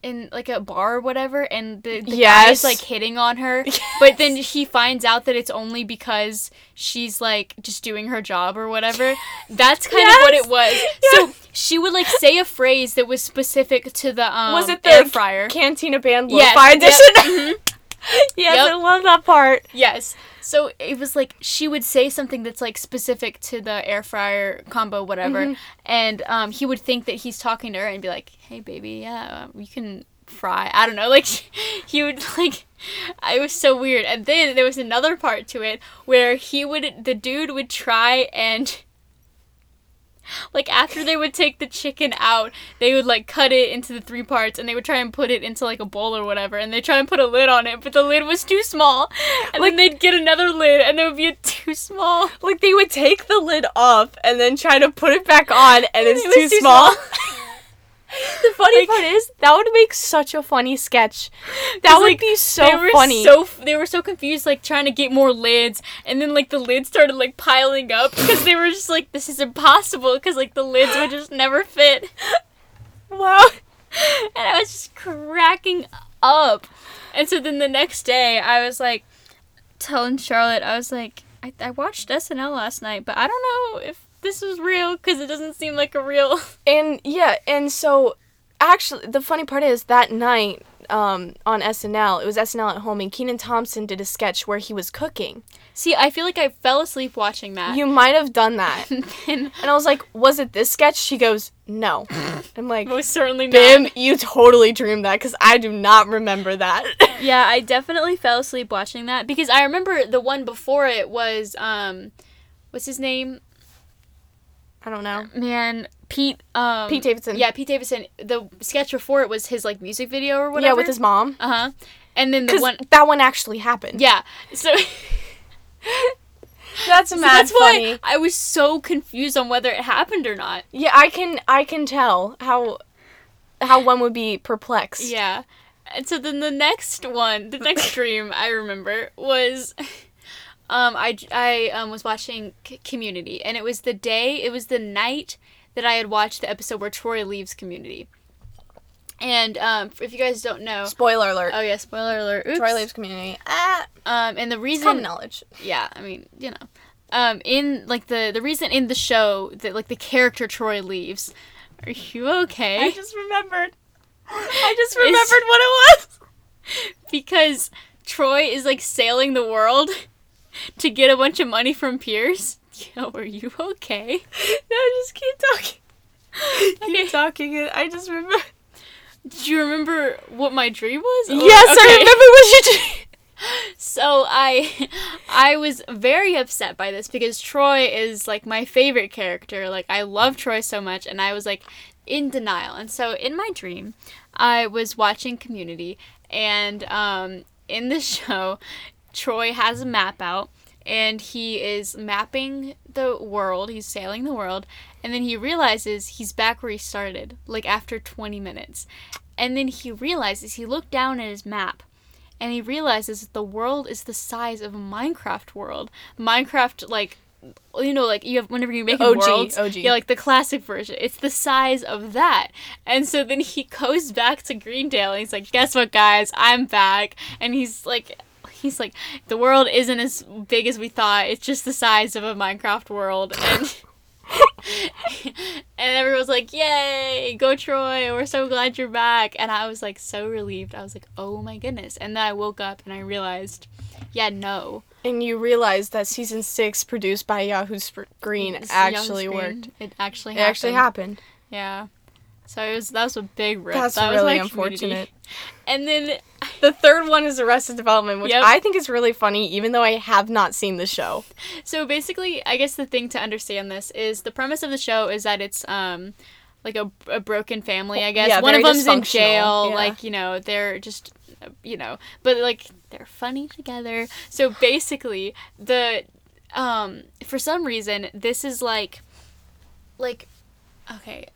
Speaker 2: in like a bar or whatever and the, the guy
Speaker 1: Yes.
Speaker 2: is like hitting on
Speaker 1: [LAUGHS]
Speaker 2: her but then he finds out that it's only because she's like just doing her job or
Speaker 1: [LAUGHS]
Speaker 2: whatever that's kind of what
Speaker 1: Yes.
Speaker 2: it was
Speaker 1: Yes.
Speaker 2: so she would like say a phrase that was specific to the um
Speaker 1: was it the
Speaker 2: air fryer
Speaker 1: Cantina Band Lo-Fi
Speaker 2: Yes, yep,
Speaker 1: Edition? [LAUGHS] yes, I
Speaker 2: Mm-hmm. Yep.
Speaker 1: love that part.
Speaker 2: Yes. So it was like she would say something that's like specific to the air fryer combo, whatever, and um, he would think that he's talking to her and be like, "Hey, baby, yeah, um, you can fry." I don't know. Like [LAUGHS] he would like. I was so weird. And then there was another part to it where he would, the dude would try and. Like after they would take the chicken out, they would like cut it into the three parts, and they would try and put it into like a bowl or whatever, and they try and put a lid on it, but the lid was too small, and then they'd get another lid, and it would be [LAUGHS] too small.
Speaker 1: Like they would take the lid off and then try to put it back on, and it's
Speaker 2: It was
Speaker 1: too,
Speaker 2: too
Speaker 1: small.
Speaker 2: small.
Speaker 1: the funny part is that would make such a funny
Speaker 2: [GASPS]
Speaker 1: sketch. That
Speaker 2: It's
Speaker 1: would
Speaker 2: like,
Speaker 1: be
Speaker 2: they
Speaker 1: so
Speaker 2: were
Speaker 1: funny.
Speaker 2: so they were so confused, like trying to get more lids, and then like the lids started like piling up [LAUGHS] because they were just like, this is impossible, because like the lids would just never fit,
Speaker 1: wow.
Speaker 2: and I was just cracking up, and so then the next day I was like, telling Charlotte, I was like, I, I watched SNL last night, but I don't know if this was real because it doesn't seem like a real. [LAUGHS]
Speaker 1: And yeah, and so actually, the funny part is that night um, on SNL, it was SNL at home, and Keenan Thompson did a sketch where he was cooking.
Speaker 2: See, I feel like I fell asleep watching that.
Speaker 1: You might have
Speaker 2: [LAUGHS]
Speaker 1: done that.
Speaker 2: and then
Speaker 1: And I was like, was it this sketch? She goes,
Speaker 2: [LAUGHS]
Speaker 1: no. I'm like,
Speaker 2: most certainly not.
Speaker 1: Bim, you totally dreamed that because I do not remember that.
Speaker 2: Yeah, I definitely fell asleep watching that because I remember the one before it was um, what's his name?
Speaker 1: [LAUGHS] I don't know.
Speaker 2: Man, Pete. Um,
Speaker 1: Pete Davidson.
Speaker 2: Yeah, Pete Davidson. The sketch before it was his like music video or whatever.
Speaker 1: Yeah, with his mom.
Speaker 2: Uh huh. And then the
Speaker 1: Because
Speaker 2: one.
Speaker 1: that one actually happened.
Speaker 2: Yeah. So. [LAUGHS]
Speaker 1: that's
Speaker 2: So
Speaker 1: mad
Speaker 2: that's
Speaker 1: funny.
Speaker 2: why I was so confused on whether it happened or not.
Speaker 1: Yeah, I can I can tell how how one would be perplexed.
Speaker 2: Yeah. And so then the next one, the
Speaker 1: [COUGHS]
Speaker 2: next dream I remember was [LAUGHS] um I I um, was watching C- Community and it was the day, it was the night that I had watched the episode where Troy leaves Community. And um if you guys don't know,
Speaker 1: Spoiler alert.
Speaker 2: oh yeah, spoiler alert. Oops.
Speaker 1: Troy Leaves Community. Ah,
Speaker 2: Um and the
Speaker 1: common
Speaker 2: reason
Speaker 1: knowledge.
Speaker 2: yeah, I mean, you know. Um in like the the reason in the show that like the character Troy leaves. Are you okay?
Speaker 1: just remembered. I just
Speaker 2: remembered
Speaker 1: what it was. [LAUGHS]
Speaker 2: because Troy is like sailing the world [LAUGHS] to get a bunch of money from Pierce. [LAUGHS] Yo, are you okay?
Speaker 1: No, just keep talking. [LAUGHS] Keep talking. and I just remember.
Speaker 2: Do you remember what my dream was? Or-
Speaker 1: [LAUGHS] Yes, I
Speaker 2: okay.
Speaker 1: remember what you did.
Speaker 2: So I [LAUGHS] I was very upset by this because Troy is like my favorite character. Like I love Troy so much and I was like in denial. And so in my dream, I was watching Community and um in the [LAUGHS] show, Troy has a map out and he is mapping the world. He's sailing the world and then he realizes he's back where he started like after 20 minutes. And then he realizes he looked down at his map and he realizes that the world is the size of a Minecraft world. Minecraft like you know, like you have whenever you make
Speaker 1: OG,
Speaker 2: worlds,
Speaker 1: OG.
Speaker 2: yeah, like the classic version. It's the size of that, and so then he goes back to Greendale and he's like, "Guess what, guys? I'm back." And he's like, he's like, "The world isn't as big as we thought. It's just the size of a Minecraft world." And [LAUGHS] and everyone's like, "Yay, go Troy! We're so glad you're back!" And I was like, so relieved. I was like, "Oh my goodness!" And then I woke up and I realized, yeah, no.
Speaker 1: And you realize that season six, produced by Yahoo Sp- Green,
Speaker 2: It's Yahoo
Speaker 1: actually
Speaker 2: Screen.
Speaker 1: worked.
Speaker 2: It actually
Speaker 1: It actually happened.
Speaker 2: Yeah. So it was that was a big rip.
Speaker 1: That's
Speaker 2: that was
Speaker 1: really
Speaker 2: my community.
Speaker 1: unfortunate.
Speaker 2: [LAUGHS] And then
Speaker 1: The third one is Arrested Development, which
Speaker 2: Yep.
Speaker 1: I think is really funny, even though I have not seen the show.
Speaker 2: so basically, I guess the thing to understand this is the premise of the show is that it's um like a, a broken family, I guess.
Speaker 1: Yeah,
Speaker 2: One of
Speaker 1: very
Speaker 2: them's in
Speaker 1: dysfunctional,
Speaker 2: jail,
Speaker 1: yeah.
Speaker 2: like, you know, they're just you know, but like they're funny together. So basically, the um for some reason this is like like okay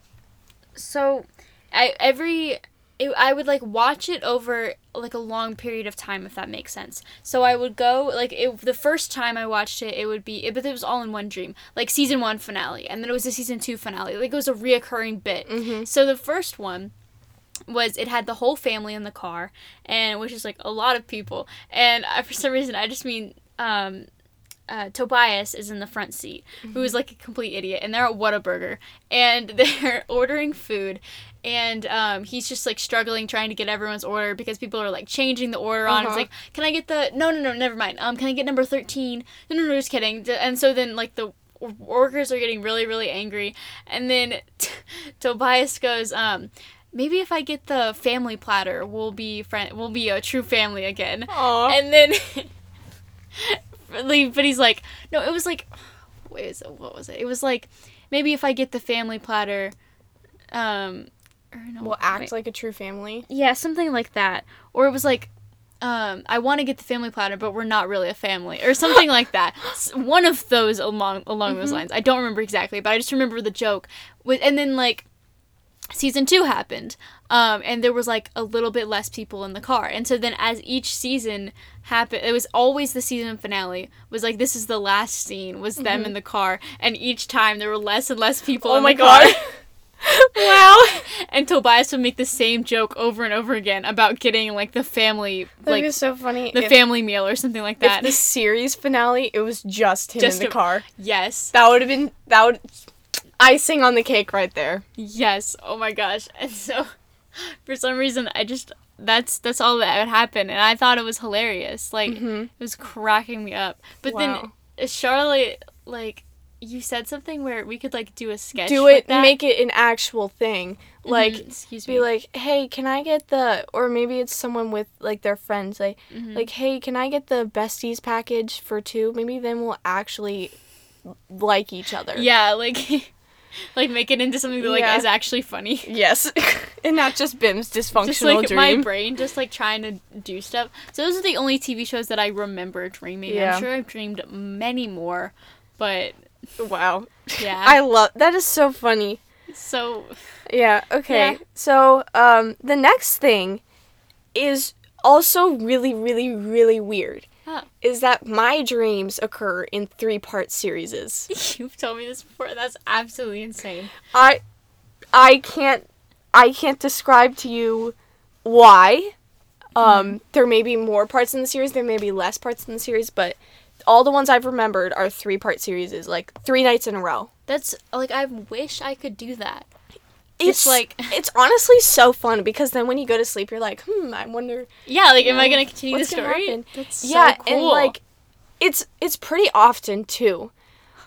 Speaker 2: so i every it, i would like watch it over like a long period of time if that makes sense so i would go like it, the first time i watched it it would be it, but it was all in one dream like season one finale and then it was a season two finale like it was a reoccurring bit so the first one was it had the whole family in the car and which is like a lot of people and I, for some reason i just mean um uh, Tobias is in the front seat, who is like a complete idiot, and they're at Whataburger, and [LAUGHS] they're ordering food, and um, he's just like struggling trying to get everyone's order because people are like changing the order on. It's
Speaker 1: Uh-huh.
Speaker 2: like, can I get the no, no, no, never mind. Um, can I get number thirteen? No, no, no, just kidding. D- And so then like the workers are getting really, really angry, and then [LAUGHS] Tobias goes, um. Maybe if I get the family platter, we'll be friend, we'll be a true family again
Speaker 1: Aww.
Speaker 2: and then [LAUGHS] really- but he's like no it was like what is what was it it was like maybe if i get the family platter um or no,
Speaker 1: we'll act
Speaker 2: wait.
Speaker 1: like a true family.
Speaker 2: yeah something like that or it was like um i want to get the family platter but we're not really a family or something like that
Speaker 1: [LAUGHS]
Speaker 2: S- one of those along along those
Speaker 1: Mm-hmm.
Speaker 2: lines i don't remember exactly but i just remember the joke with and then like season two happened um, and there was like a little bit less people in the car and so then as each season happened it was always the season finale was like this is the last scene was them in the car and each time there were less and less people
Speaker 1: Mm-hmm. Oh
Speaker 2: in
Speaker 1: my
Speaker 2: the car.
Speaker 1: god. [LAUGHS] wow.
Speaker 2: and tobias would make the same joke over and over again about getting like the family
Speaker 1: That'd
Speaker 2: like
Speaker 1: be so funny.
Speaker 2: the
Speaker 1: if,
Speaker 2: family meal or something like that
Speaker 1: if the series finale, it was just him
Speaker 2: Just
Speaker 1: in the
Speaker 2: a-
Speaker 1: car.
Speaker 2: yes
Speaker 1: That would have been that would icing on the cake right there.
Speaker 2: Yes. Oh my gosh. [LAUGHS] And so, for some reason, I just that's that's all that would happen, and I thought it was hilarious. Like it was cracking me up. But
Speaker 1: Mm-hmm. Wow.
Speaker 2: then uh, Charlotte, like you said something where we could like do a sketch.
Speaker 1: Do
Speaker 2: with
Speaker 1: it,
Speaker 2: that.
Speaker 1: make it an actual thing. Like
Speaker 2: Mhm, excuse me.
Speaker 1: be like, hey, can I get the or maybe it's someone with like their friends like
Speaker 2: Mm-hmm.
Speaker 1: like hey, can I get the besties package for two? Maybe then we'll actually like each other.
Speaker 2: yeah, like [LAUGHS] like make it into something that like
Speaker 1: Yeah.
Speaker 2: is actually funny.
Speaker 1: Yes. [LAUGHS] and not just Bim's dysfunctional
Speaker 2: Just like
Speaker 1: dream.
Speaker 2: my brain, just like trying to do stuff. So those are the only TV shows that I remember dreaming.
Speaker 1: Yeah.
Speaker 2: I'm sure I've dreamed many more, but [LAUGHS]
Speaker 1: wow.
Speaker 2: yeah.
Speaker 1: I love that is so funny.
Speaker 2: so [LAUGHS]
Speaker 1: Yeah, okay.
Speaker 2: Yeah.
Speaker 1: So, um the next thing is also really really really weird.
Speaker 2: Huh.
Speaker 1: Is that my dreams occur in three-part series.
Speaker 2: You've told me this before. That's absolutely insane.
Speaker 1: I I can't I can't describe to you why.
Speaker 2: Mm-hmm.
Speaker 1: Um there may be more parts in the series, there may be less parts in the series, but all the ones I've remembered are three-part series, like 3 nights in a row.
Speaker 2: That's like I wish I could do that.
Speaker 1: it's
Speaker 2: It's
Speaker 1: like
Speaker 2: like-
Speaker 1: it's honestly so fun because then when you go to sleep you're like hmm i wonder
Speaker 2: Yeah, like am I gonna continue
Speaker 1: what's
Speaker 2: the
Speaker 1: gonna
Speaker 2: story?
Speaker 1: happen?
Speaker 2: That's
Speaker 1: yeah
Speaker 2: so cool.
Speaker 1: and like it's it's pretty often too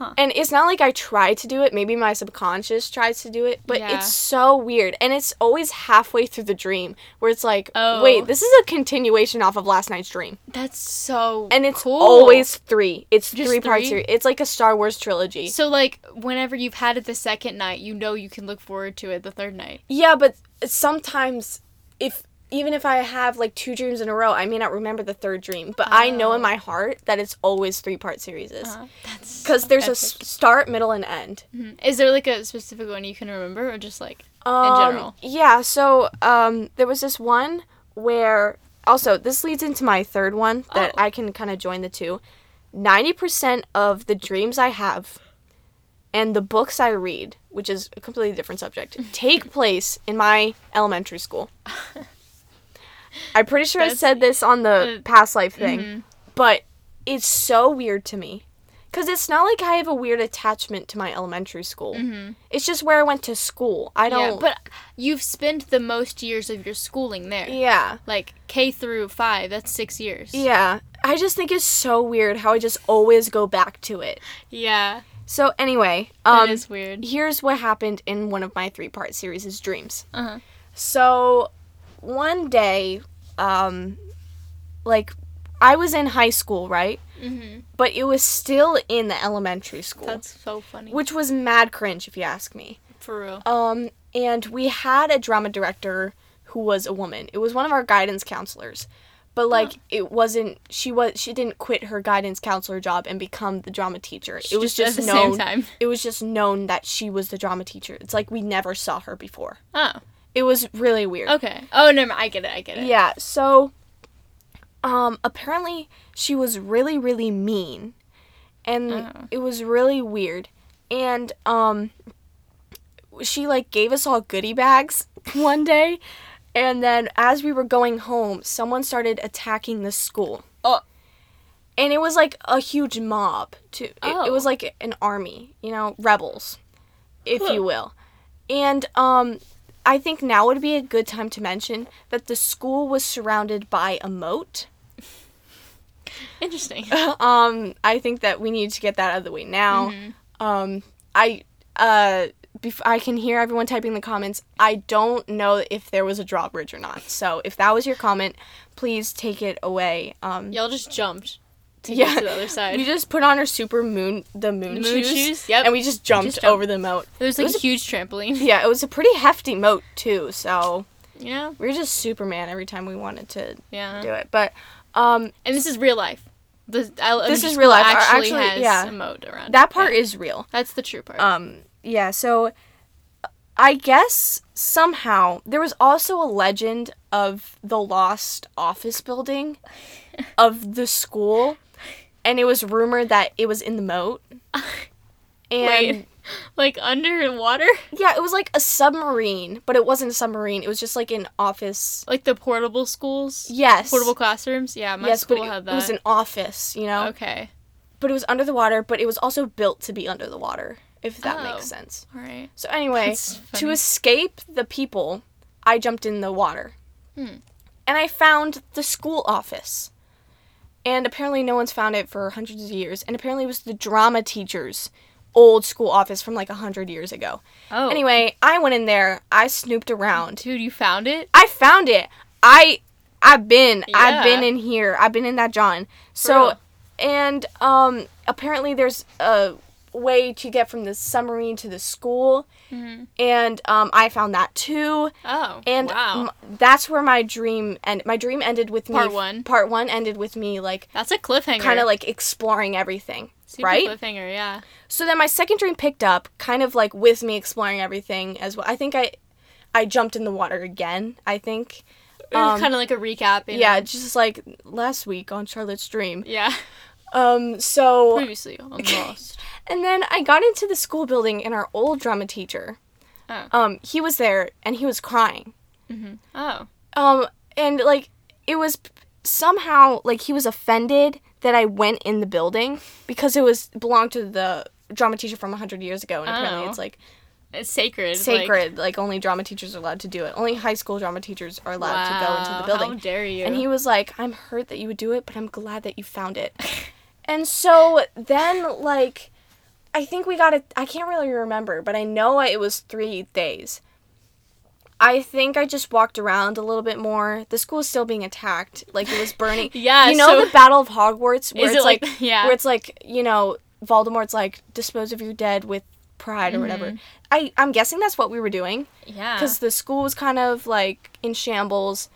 Speaker 2: Huh.
Speaker 1: and it's not like i try to do it maybe my subconscious tries to do it but
Speaker 2: Yeah.
Speaker 1: it's so weird and it's always halfway through the dream where it's like
Speaker 2: Oh.
Speaker 1: wait this is a continuation off of last night's dream
Speaker 2: that's so
Speaker 1: and it's
Speaker 2: cool.
Speaker 1: always three it's
Speaker 2: Just
Speaker 1: three parts
Speaker 2: three?
Speaker 1: here it's like a star wars trilogy
Speaker 2: so like whenever you've had it the second night, you know you can look forward to it the third night.
Speaker 1: Yeah, but sometimes if even if I have like two dreams in a row, I may not remember the third dream, but I know
Speaker 2: Oh.
Speaker 1: in my heart that it's always three part series. Because
Speaker 2: Uh-huh. That's
Speaker 1: there's a s- start, middle, and end.
Speaker 2: is there like a specific one you can remember or just like
Speaker 1: Um,
Speaker 2: general.
Speaker 1: Yeah, so um, there was this one where also this leads into my third one that
Speaker 2: Oh.
Speaker 1: I can kind of join the two. 90% of the dreams I have and the books I read, which is a completely different subject,
Speaker 2: [LAUGHS]
Speaker 1: take place in my elementary school. I'm pretty sure I
Speaker 2: That's-
Speaker 1: said this on the
Speaker 2: uh,
Speaker 1: past life thing, but it's so weird to me. Because it's not like I have a weird attachment to my elementary school. It's just where I went to school. I
Speaker 2: Mm-hmm. Yeah,
Speaker 1: don't. Yeah.
Speaker 2: but you've spent the most years of your schooling there.
Speaker 1: yeah.
Speaker 2: Like K through five, that's six years.
Speaker 1: I just think it's so weird how I just always go back to it.
Speaker 2: Yeah.
Speaker 1: So, anyway,
Speaker 2: That
Speaker 1: um,
Speaker 2: is weird.
Speaker 1: here's what happened in one of my three part series is dreams.
Speaker 2: Uh-huh.
Speaker 1: So one day, um, like I was in high school, right?
Speaker 2: Mm-hmm.
Speaker 1: But it was still in the elementary school,
Speaker 2: That's so funny.
Speaker 1: which was mad cringe if you ask me.
Speaker 2: For real.
Speaker 1: Um, and we had a drama director who was a woman. It was one of our guidance counselors. But like it wasn't she was she didn't quit her guidance counselor job and become the drama teacher. it was just,
Speaker 2: at the
Speaker 1: known
Speaker 2: same time. [LAUGHS]
Speaker 1: it was just known that she was the drama teacher. It's like we never saw her before.
Speaker 2: Oh.
Speaker 1: It was really weird.
Speaker 2: Okay. Oh no, I get it. I get it.
Speaker 1: Yeah, so um apparently she was really really mean and
Speaker 2: Oh.
Speaker 1: it was really weird. And um she like gave us all goodie bags [LAUGHS] one day and then as we were going home, someone started attacking the school.
Speaker 2: Oh.
Speaker 1: And it was like a huge mob too. It, it
Speaker 2: Oh.
Speaker 1: was like an army, you know, rebels, if
Speaker 2: Huh.
Speaker 1: you will. And um I think now would be a good time to mention that the school was surrounded by a moat. [LAUGHS]
Speaker 2: Interesting.
Speaker 1: um, I think that we need to get that out of the way now.
Speaker 2: Mm-hmm.
Speaker 1: Um, I uh, bef- I can hear everyone typing in the comments. I don't know if there was a drawbridge or not. So if that was your comment, please take it away. Um,
Speaker 2: Y'all just jumped to
Speaker 1: Yeah.
Speaker 2: get to the
Speaker 1: [LAUGHS]
Speaker 2: other side.
Speaker 1: we just put on our super moon the moon,
Speaker 2: The moon
Speaker 1: shoes,
Speaker 2: shoes? Yep.
Speaker 1: and we just jumped,
Speaker 2: jumped.
Speaker 1: over the moat.
Speaker 2: There was like
Speaker 1: it was
Speaker 2: a huge trampoline. [LAUGHS]
Speaker 1: Yeah, it was a pretty hefty moat too. So
Speaker 2: You know?
Speaker 1: we were just Superman every time we wanted to
Speaker 2: Yeah.
Speaker 1: do it. But um,
Speaker 2: And this is real life. This,
Speaker 1: This is real life. Our
Speaker 2: Actually,
Speaker 1: actually-
Speaker 2: has
Speaker 1: yeah.
Speaker 2: a mode around.
Speaker 1: that
Speaker 2: it.
Speaker 1: part
Speaker 2: Yeah.
Speaker 1: is real.
Speaker 2: That's the true part.
Speaker 1: um yeah so uh, i guess somehow there was also a legend of the lost office building
Speaker 2: [LAUGHS]
Speaker 1: of the school and it was rumored that it was in the moat and
Speaker 2: Wait. [LAUGHS] like underwater,
Speaker 1: yeah it was like a submarine but it wasn't a submarine it was just like an office
Speaker 2: like the portable schools.
Speaker 1: yes
Speaker 2: Portable classrooms. Yeah, my
Speaker 1: yes
Speaker 2: school
Speaker 1: but it,
Speaker 2: had
Speaker 1: it was
Speaker 2: that.
Speaker 1: an office you know
Speaker 2: okay.
Speaker 1: but it was under the water but it was also built to be under the water if that
Speaker 2: Oh.
Speaker 1: makes sense
Speaker 2: All right.
Speaker 1: So anyway,
Speaker 2: That's
Speaker 1: to
Speaker 2: funny.
Speaker 1: escape the people, I jumped in the water.
Speaker 2: Hmm.
Speaker 1: And I found the school office. And apparently no one's found it for hundreds of years. And apparently it was the drama teacher's old school office from like a hundred years ago.
Speaker 2: Oh.
Speaker 1: Anyway, I went in there, I snooped around.
Speaker 2: dude, you found it.
Speaker 1: I found it. I I've been I've
Speaker 2: Yeah.
Speaker 1: been in here. I've been in that John. So
Speaker 2: real.
Speaker 1: and um apparently there's a way to get from the submarine to the school
Speaker 2: Mm-hmm.
Speaker 1: and um I found that too.
Speaker 2: Oh.
Speaker 1: And
Speaker 2: wow.
Speaker 1: m- that's where my dream and my dream ended with me.
Speaker 2: Part one.
Speaker 1: Part one ended with me like
Speaker 2: That's a cliffhanger.
Speaker 1: kind of like exploring everything,
Speaker 2: Super
Speaker 1: right?
Speaker 2: cliffhanger. Yeah.
Speaker 1: So then my second dream picked up, kind of like with me exploring everything as well. I think I, I jumped in the water again. I think. Um,
Speaker 2: kind of like a recap. you know?
Speaker 1: Yeah, just like last week on Charlotte's Dream. [LAUGHS]
Speaker 2: Yeah. [LAUGHS]
Speaker 1: Um, so
Speaker 2: Previously
Speaker 1: [LAUGHS]
Speaker 2: on Lost.
Speaker 1: and then I got into the school building and our old drama teacher.
Speaker 2: Oh.
Speaker 1: Um, he was there and he was crying.
Speaker 2: Oh.
Speaker 1: Um, and like it was p- somehow like he was offended that I went in the building because it was belonged to the drama teacher from hundred years ago, and apparently
Speaker 2: Oh.
Speaker 1: it's like
Speaker 2: It's sacred. like-
Speaker 1: sacred. Like, only drama teachers are allowed to do it. Only high school drama teachers are allowed to go into the
Speaker 2: Wow,
Speaker 1: building.
Speaker 2: How dare you?
Speaker 1: And he was like, I'm hurt that you would do it, but I'm glad that you
Speaker 2: [LAUGHS]
Speaker 1: found it. and so then, like, I think we got it. I can't really remember, but I know it was three days. I think I just walked around a little bit more. The school is still being attacked. Like,
Speaker 2: [LAUGHS]
Speaker 1: it was burning.
Speaker 2: Yeah,
Speaker 1: You know
Speaker 2: so-
Speaker 1: the Battle of Hogwarts? Where
Speaker 2: Is
Speaker 1: it's
Speaker 2: it like- [LAUGHS]
Speaker 1: like,
Speaker 2: yeah.
Speaker 1: Where it's like, you know, Voldemort's like, dispose of your dead with pride
Speaker 2: Mm-hmm.
Speaker 1: or whatever. I, I'm guessing that's what we were doing
Speaker 2: [LAUGHS] yeah.
Speaker 1: because the school was kind of like in shambles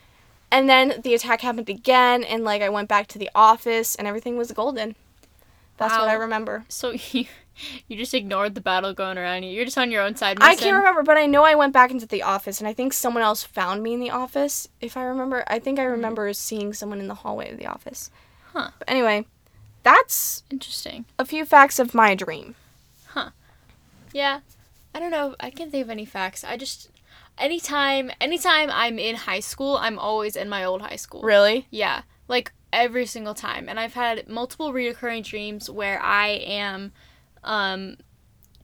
Speaker 1: and then the attack happened again and like i went back to the office and everything was golden that's what i
Speaker 2: Wow.
Speaker 1: remember
Speaker 2: so [LAUGHS] you, you just ignored the battle going around you. You're just on your own side.
Speaker 1: i
Speaker 2: Mason.
Speaker 1: can't remember but i know i went back into the office and i think someone else found me in the office if i remember i think i remember seeing someone in the hallway of the office
Speaker 2: Hmm. Huh.
Speaker 1: but anyway that's
Speaker 2: Interesting.
Speaker 1: a few facts of my dream.
Speaker 2: Yeah. I don't know. I can't think of any facts. I just anytime anytime I'm in high school, I'm always in my old high school.
Speaker 1: Really?
Speaker 2: Yeah. Like every single time. And I've had multiple recurring dreams where I am um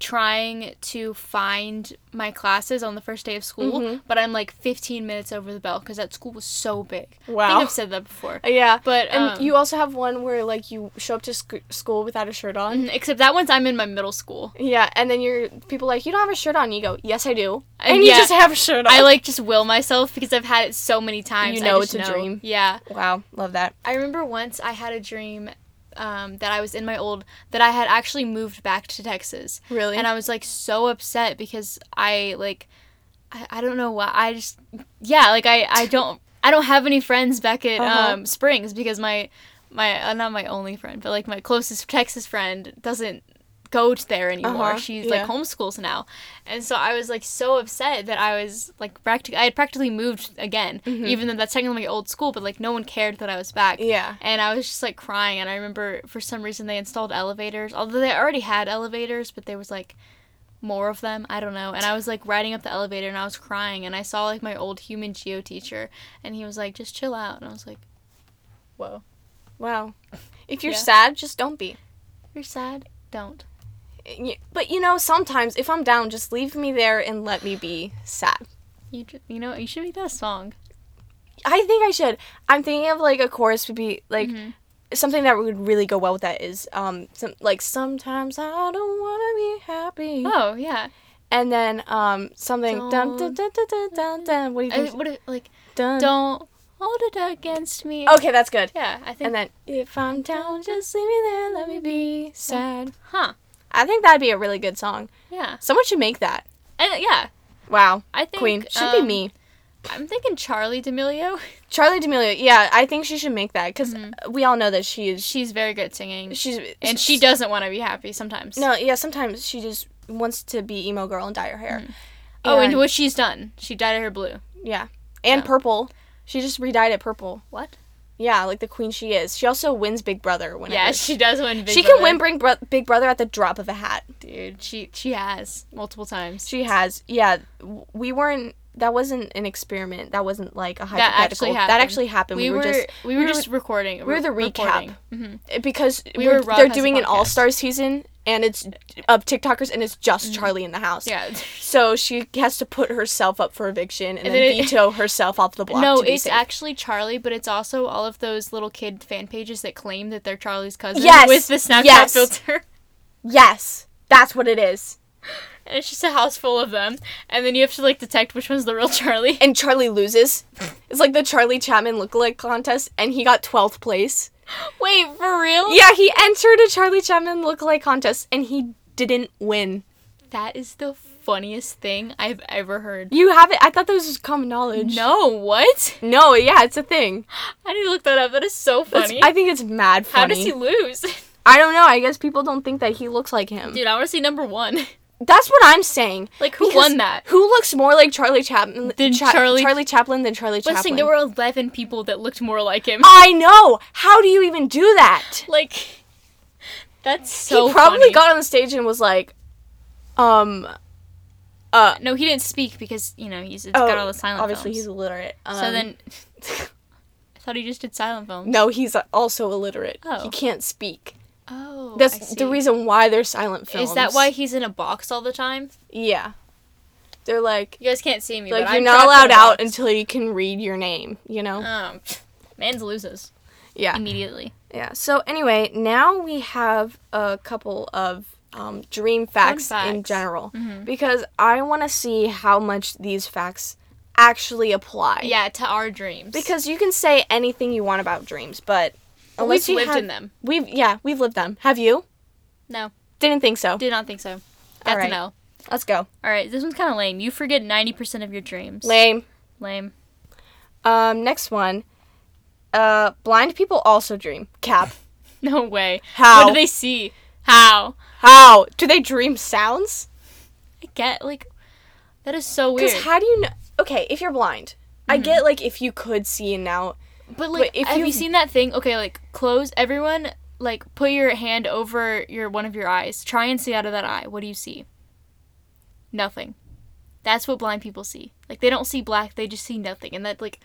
Speaker 2: trying to find my classes on the first day of school,
Speaker 1: Mm-hmm.
Speaker 2: but I'm like 15 minutes over the bell cuz that school was so big. I
Speaker 1: Wow.
Speaker 2: think I've said that before.
Speaker 1: Yeah.
Speaker 2: But
Speaker 1: and
Speaker 2: um,
Speaker 1: you also have one where like you show up to sc- school without a shirt on.
Speaker 2: [LAUGHS] except that one's I'm in my middle school.
Speaker 1: Yeah, and then you're people are like you don't have a shirt on. You go, yes, I do, and,
Speaker 2: And
Speaker 1: you
Speaker 2: yeah.
Speaker 1: just have a shirt on.
Speaker 2: I like just will myself because I've had it so many times.
Speaker 1: You
Speaker 2: I
Speaker 1: know
Speaker 2: just
Speaker 1: it's a dream.
Speaker 2: Yeah.
Speaker 1: wow, love that.
Speaker 2: I remember once I had a dream um, that I was in my old that I had actually moved back to Texas.
Speaker 1: Really?
Speaker 2: And I was like so upset because I like I, I don't know why I just yeah like I I don't I don't have any friends back at
Speaker 1: Uh-huh.
Speaker 2: um, Springs because my my uh, not my only friend but like my closest Texas friend doesn't go to there anymore.
Speaker 1: Uh-huh,
Speaker 2: She's
Speaker 1: yeah.
Speaker 2: like homeschools now. And so I was like so upset that I was like practic- I had practically moved again, even though that's technically my old school, but like no one cared that I was back.
Speaker 1: Mm-hmm. Yeah.
Speaker 2: And I was just like crying. And I remember for some reason they installed elevators, although they already had elevators, but there was like more of them. I don't know. And I was like riding up the elevator and I was crying. And I saw like my old human geo teacher and he was like, just chill out. And I was like, whoa,
Speaker 1: Wow. If you're
Speaker 2: Yeah.
Speaker 1: sad, just don't be.
Speaker 2: you're sad? Don't.
Speaker 1: Y- But you know, sometimes if I'm down, just leave me there and let me be sad.
Speaker 2: You, ju- you know, you should make that a song.
Speaker 1: I think I should. I'm thinking of like a chorus would be like
Speaker 2: Mm-hmm.
Speaker 1: something that would really go well with that is um some like sometimes I don't want to be happy.
Speaker 2: Oh, yeah.
Speaker 1: And then um something dun, dun,
Speaker 2: Don't-
Speaker 1: dun, dun, dun, dun, dun. what do you Um,
Speaker 2: I,
Speaker 1: think?
Speaker 2: what if, like,
Speaker 1: Dun.
Speaker 2: don't hold it against me.
Speaker 1: Okay, that's good.
Speaker 2: Yeah, I think.
Speaker 1: Oh. And then if I'm down, just leave me there, let me be sad.
Speaker 2: huh.
Speaker 1: I think that'd be a really good song.
Speaker 2: Yeah.
Speaker 1: Someone should make that.
Speaker 2: And, yeah.
Speaker 1: Wow.
Speaker 2: I think.
Speaker 1: Queen should be
Speaker 2: um,
Speaker 1: me.
Speaker 2: I'm thinking Charlie D'Amelio.
Speaker 1: Charlie D'Amelio. Yeah, I think she should make that because we all know that she is.
Speaker 2: She's very good at singing.
Speaker 1: She's
Speaker 2: Mm-hmm. and she doesn't want to be happy sometimes.
Speaker 1: No, yeah. Sometimes she just wants to be emo girl and dye her hair.
Speaker 2: Oh, and what she's done. She dyed her hair blue.
Speaker 1: yeah, and purple. She just redyed it purple.
Speaker 2: What?
Speaker 1: Yeah, like the queen she is. She also wins Big Brother whenever.
Speaker 2: [LAUGHS] Yeah, she does win Big
Speaker 1: she
Speaker 2: Brother.
Speaker 1: can win Bring Bro- Big Brother at the drop of a hat.
Speaker 2: Dude, she, she has multiple times.
Speaker 1: She has. Yeah, w- we weren't. That wasn't an experiment. That wasn't like a
Speaker 2: That
Speaker 1: hypothetical.
Speaker 2: actually happened.
Speaker 1: That actually happened.
Speaker 2: We, were,
Speaker 1: just
Speaker 2: we were just recording.
Speaker 1: we were the recap Mm-hmm. because
Speaker 2: We
Speaker 1: we're,
Speaker 2: were Rob
Speaker 1: they're
Speaker 2: Has a
Speaker 1: doing an
Speaker 2: Podcast.
Speaker 1: All Star season and it's of TikTokers and it's just Charlie in the house.
Speaker 2: Mm-hmm. Yeah. [LAUGHS]
Speaker 1: So she has to put herself up for eviction and, then,
Speaker 2: then it-
Speaker 1: veto herself
Speaker 2: [LAUGHS]
Speaker 1: off the block.
Speaker 2: No,
Speaker 1: to be
Speaker 2: it's
Speaker 1: safe.
Speaker 2: actually Charlie, but it's also all of those little kid fan pages that claim that they're Charlie's cousin
Speaker 1: Yes,
Speaker 2: with the Snapchat
Speaker 1: yes.
Speaker 2: filter. [LAUGHS]
Speaker 1: yes, that's what it is.
Speaker 2: And it's just a house full of them. And then you have to like detect which one's the real [LAUGHS] Charlie.
Speaker 1: And Charlie loses. It's like the Charlie Chapman lookalike contest, and he got twelfth place.
Speaker 2: Wait, for real?
Speaker 1: Yeah, he entered a Charlie Chapman lookalike contest, and he didn't win.
Speaker 2: That is the funniest thing I've ever heard.
Speaker 1: You have it. I thought this was common knowledge.
Speaker 2: No, what?
Speaker 1: No, yeah, it's a thing.
Speaker 2: I need to look that up. That is so
Speaker 1: That's-
Speaker 2: funny.
Speaker 1: I think it's mad funny.
Speaker 2: How does he lose? [LAUGHS]
Speaker 1: I don't know. I guess people don't think that he looks like him.
Speaker 2: Dude, I want to see number one. [LAUGHS]
Speaker 1: That's what I'm saying.
Speaker 2: Like, who
Speaker 1: Because
Speaker 2: won that?
Speaker 1: Who looks more like Charlie Chaplin
Speaker 2: Than
Speaker 1: Cha-
Speaker 2: Charlie-
Speaker 1: Chaplin than Charlie
Speaker 2: Listen,
Speaker 1: Chaplin?
Speaker 2: there were 11 people that looked more like him.
Speaker 1: I know. How do you even do that?
Speaker 2: [LAUGHS] Like, that's so
Speaker 1: he probably
Speaker 2: funny.
Speaker 1: got on the stage and was like, um, uh,
Speaker 2: No, he didn't speak because, you know, he's it's
Speaker 1: oh,
Speaker 2: got all the silent
Speaker 1: obviously he's
Speaker 2: films.
Speaker 1: illiterate. Um,
Speaker 2: so
Speaker 1: [LAUGHS]
Speaker 2: then, I thought he just did silent films.
Speaker 1: no, he's also illiterate.
Speaker 2: Oh.
Speaker 1: He can't speak.
Speaker 2: Oh, I
Speaker 1: That's
Speaker 2: see.
Speaker 1: the reason why they're silent films.
Speaker 2: Is that why he's in a box all the time?
Speaker 1: Yeah, they're like,
Speaker 2: You guys can't see me.
Speaker 1: like
Speaker 2: but
Speaker 1: you're
Speaker 2: I'm
Speaker 1: not allowed out
Speaker 2: trapped in
Speaker 1: until you can read your name. You know?
Speaker 2: a box. Um, [LAUGHS] man's loses
Speaker 1: yeah.
Speaker 2: immediately.
Speaker 1: Yeah. So anyway, now we have a couple of um, dream facts, in
Speaker 2: facts. Mm-hmm.
Speaker 1: general because I want to see how much these facts actually apply.
Speaker 2: Yeah, to our dreams.
Speaker 1: Because you can say anything you want about dreams, but
Speaker 2: we've
Speaker 1: unless you
Speaker 2: lived
Speaker 1: have-
Speaker 2: in them.
Speaker 1: we've yeah we've lived them. Have you?
Speaker 2: No,
Speaker 1: Didn't think so.
Speaker 2: do not think so.
Speaker 1: All
Speaker 2: That's
Speaker 1: right.
Speaker 2: a no.
Speaker 1: Let's go.
Speaker 2: All right, this one's kind of lame. You forget ninety percent of your dreams.
Speaker 1: Lame.
Speaker 2: Lame. [LAUGHS]
Speaker 1: Um, next one. Uh, blind people also dream. Cap.
Speaker 2: No way.
Speaker 1: How?
Speaker 2: What do they see? How?
Speaker 1: How do they dream sounds?
Speaker 2: I get like, that is so weird. Mm-hmm.
Speaker 1: Because how do you know? Okay, if you're blind, I get like if you could see and now
Speaker 2: But like,
Speaker 1: But if
Speaker 2: have you
Speaker 1: you've-
Speaker 2: seen that thing? Okay, like close everyone like put your hand over your one of your eyes. Try and see out of that eye. What do you see? Nothing. That's what blind people see. Like they don't see black, they just see nothing. And that like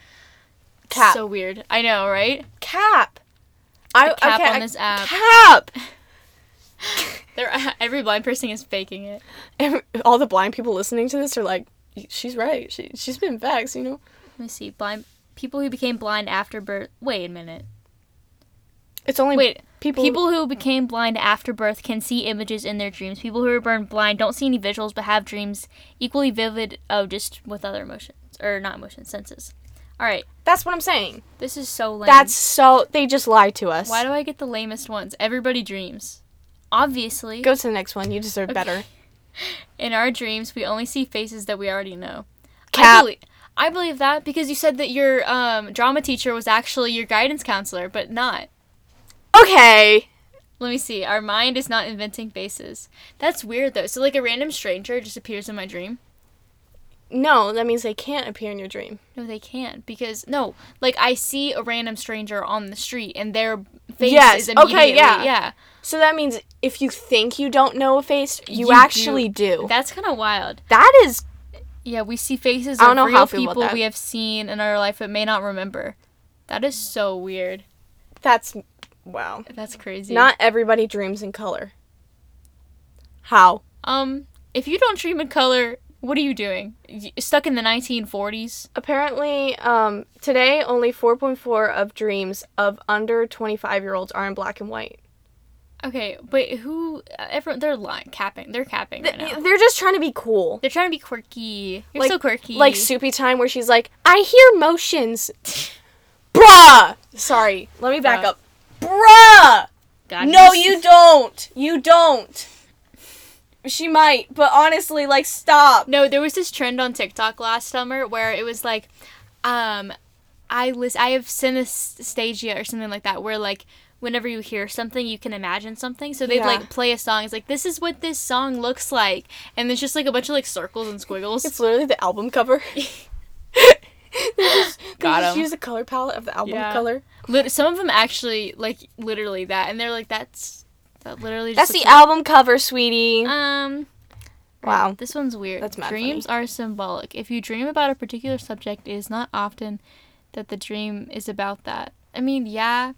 Speaker 1: Cap.
Speaker 2: so weird. I know, right?
Speaker 1: Cap. I
Speaker 2: The cap
Speaker 1: okay,
Speaker 2: on
Speaker 1: I-
Speaker 2: this app.
Speaker 1: Cap.
Speaker 2: They're, [LAUGHS] every blind person is faking it.
Speaker 1: And all the blind people listening to this are like, she's right. She she's been vexed, you know.
Speaker 2: Let me see. Blind people who became blind after birth. Wait a minute.
Speaker 1: It's only
Speaker 2: Wait.
Speaker 1: people.
Speaker 2: People who became blind after birth can see images in their dreams. People who are born blind don't see any visuals but have dreams equally vivid of just with other emotions or not emotions, senses. All right.
Speaker 1: That's what I'm saying.
Speaker 2: This is so lame.
Speaker 1: That's so they just lied to us.
Speaker 2: why do I get the lamest ones? Everybody dreams. Obviously,
Speaker 1: Go to the next one. You deserve better.
Speaker 2: [LAUGHS] in our dreams, we only see faces that we already know. I
Speaker 1: Cap.
Speaker 2: believe, I believe that because you said that your um, drama teacher was actually your guidance counselor, but not.
Speaker 1: Okay.
Speaker 2: Let me see. Our mind is not inventing faces. That's weird though. So like a random stranger just appears in my dream.
Speaker 1: No, that means they can't appear in your dream.
Speaker 2: No, they can't because no, like I see a random stranger on the street and their face
Speaker 1: Yes,
Speaker 2: is
Speaker 1: okay,
Speaker 2: immediately
Speaker 1: yeah.
Speaker 2: yeah.
Speaker 1: So that means if you think you don't know a face, you,
Speaker 2: You
Speaker 1: actually do.
Speaker 2: That's kind of wild.
Speaker 1: That is
Speaker 2: Yeah, we see faces
Speaker 1: I
Speaker 2: of
Speaker 1: don't know
Speaker 2: real
Speaker 1: how I feel about
Speaker 2: people
Speaker 1: that.
Speaker 2: we have seen in our life but may not remember. That is so weird.
Speaker 1: that's wow.
Speaker 2: That's crazy.
Speaker 1: Not everybody dreams in color. How?
Speaker 2: um if you don't dream in color, what are you doing? Y- Stuck in the 1940s?
Speaker 1: Apparently, um, today only 4.4 of dreams of under 25 year olds are in black and white.
Speaker 2: Okay, but who everyone they're lying, capping. They're capping right now.
Speaker 1: They're just trying to be cool.
Speaker 2: They're trying to be quirky. You're
Speaker 1: Like-
Speaker 2: so quirky.
Speaker 1: Like Soupy Time, where she's like, I hear motions. [LAUGHS] Bruh! Sorry, let me back
Speaker 2: Bruh.
Speaker 1: up. Bruh!
Speaker 2: God,
Speaker 1: No,
Speaker 2: s-
Speaker 1: you don't! You don't! She might, but honestly, like, stop.
Speaker 2: No, there was this trend on TikTok last summer where it was like, um, I list I have synesthesia or something like that, where like whenever you hear something, you can imagine something. So they'd
Speaker 1: Yeah.
Speaker 2: like play a song. It's like this is what this song looks like, and there's just like a bunch of like circles and squiggles.
Speaker 1: It's literally the album [LAUGHS] cover. They
Speaker 2: Got
Speaker 1: just
Speaker 2: 'em.
Speaker 1: use the color palette of the album
Speaker 2: Yeah.
Speaker 1: color.
Speaker 2: Lit- Some of them actually like literally that, and they're like that's that literally.
Speaker 1: That's
Speaker 2: Just
Speaker 1: the
Speaker 2: looks
Speaker 1: album cover, sweetie.
Speaker 2: like-" um.
Speaker 1: wow.
Speaker 2: This one's weird.
Speaker 1: That's mad
Speaker 2: Dreams are symbolic. If you dream about a particular subject, it is not often that the dream is about that. I mean, yeah.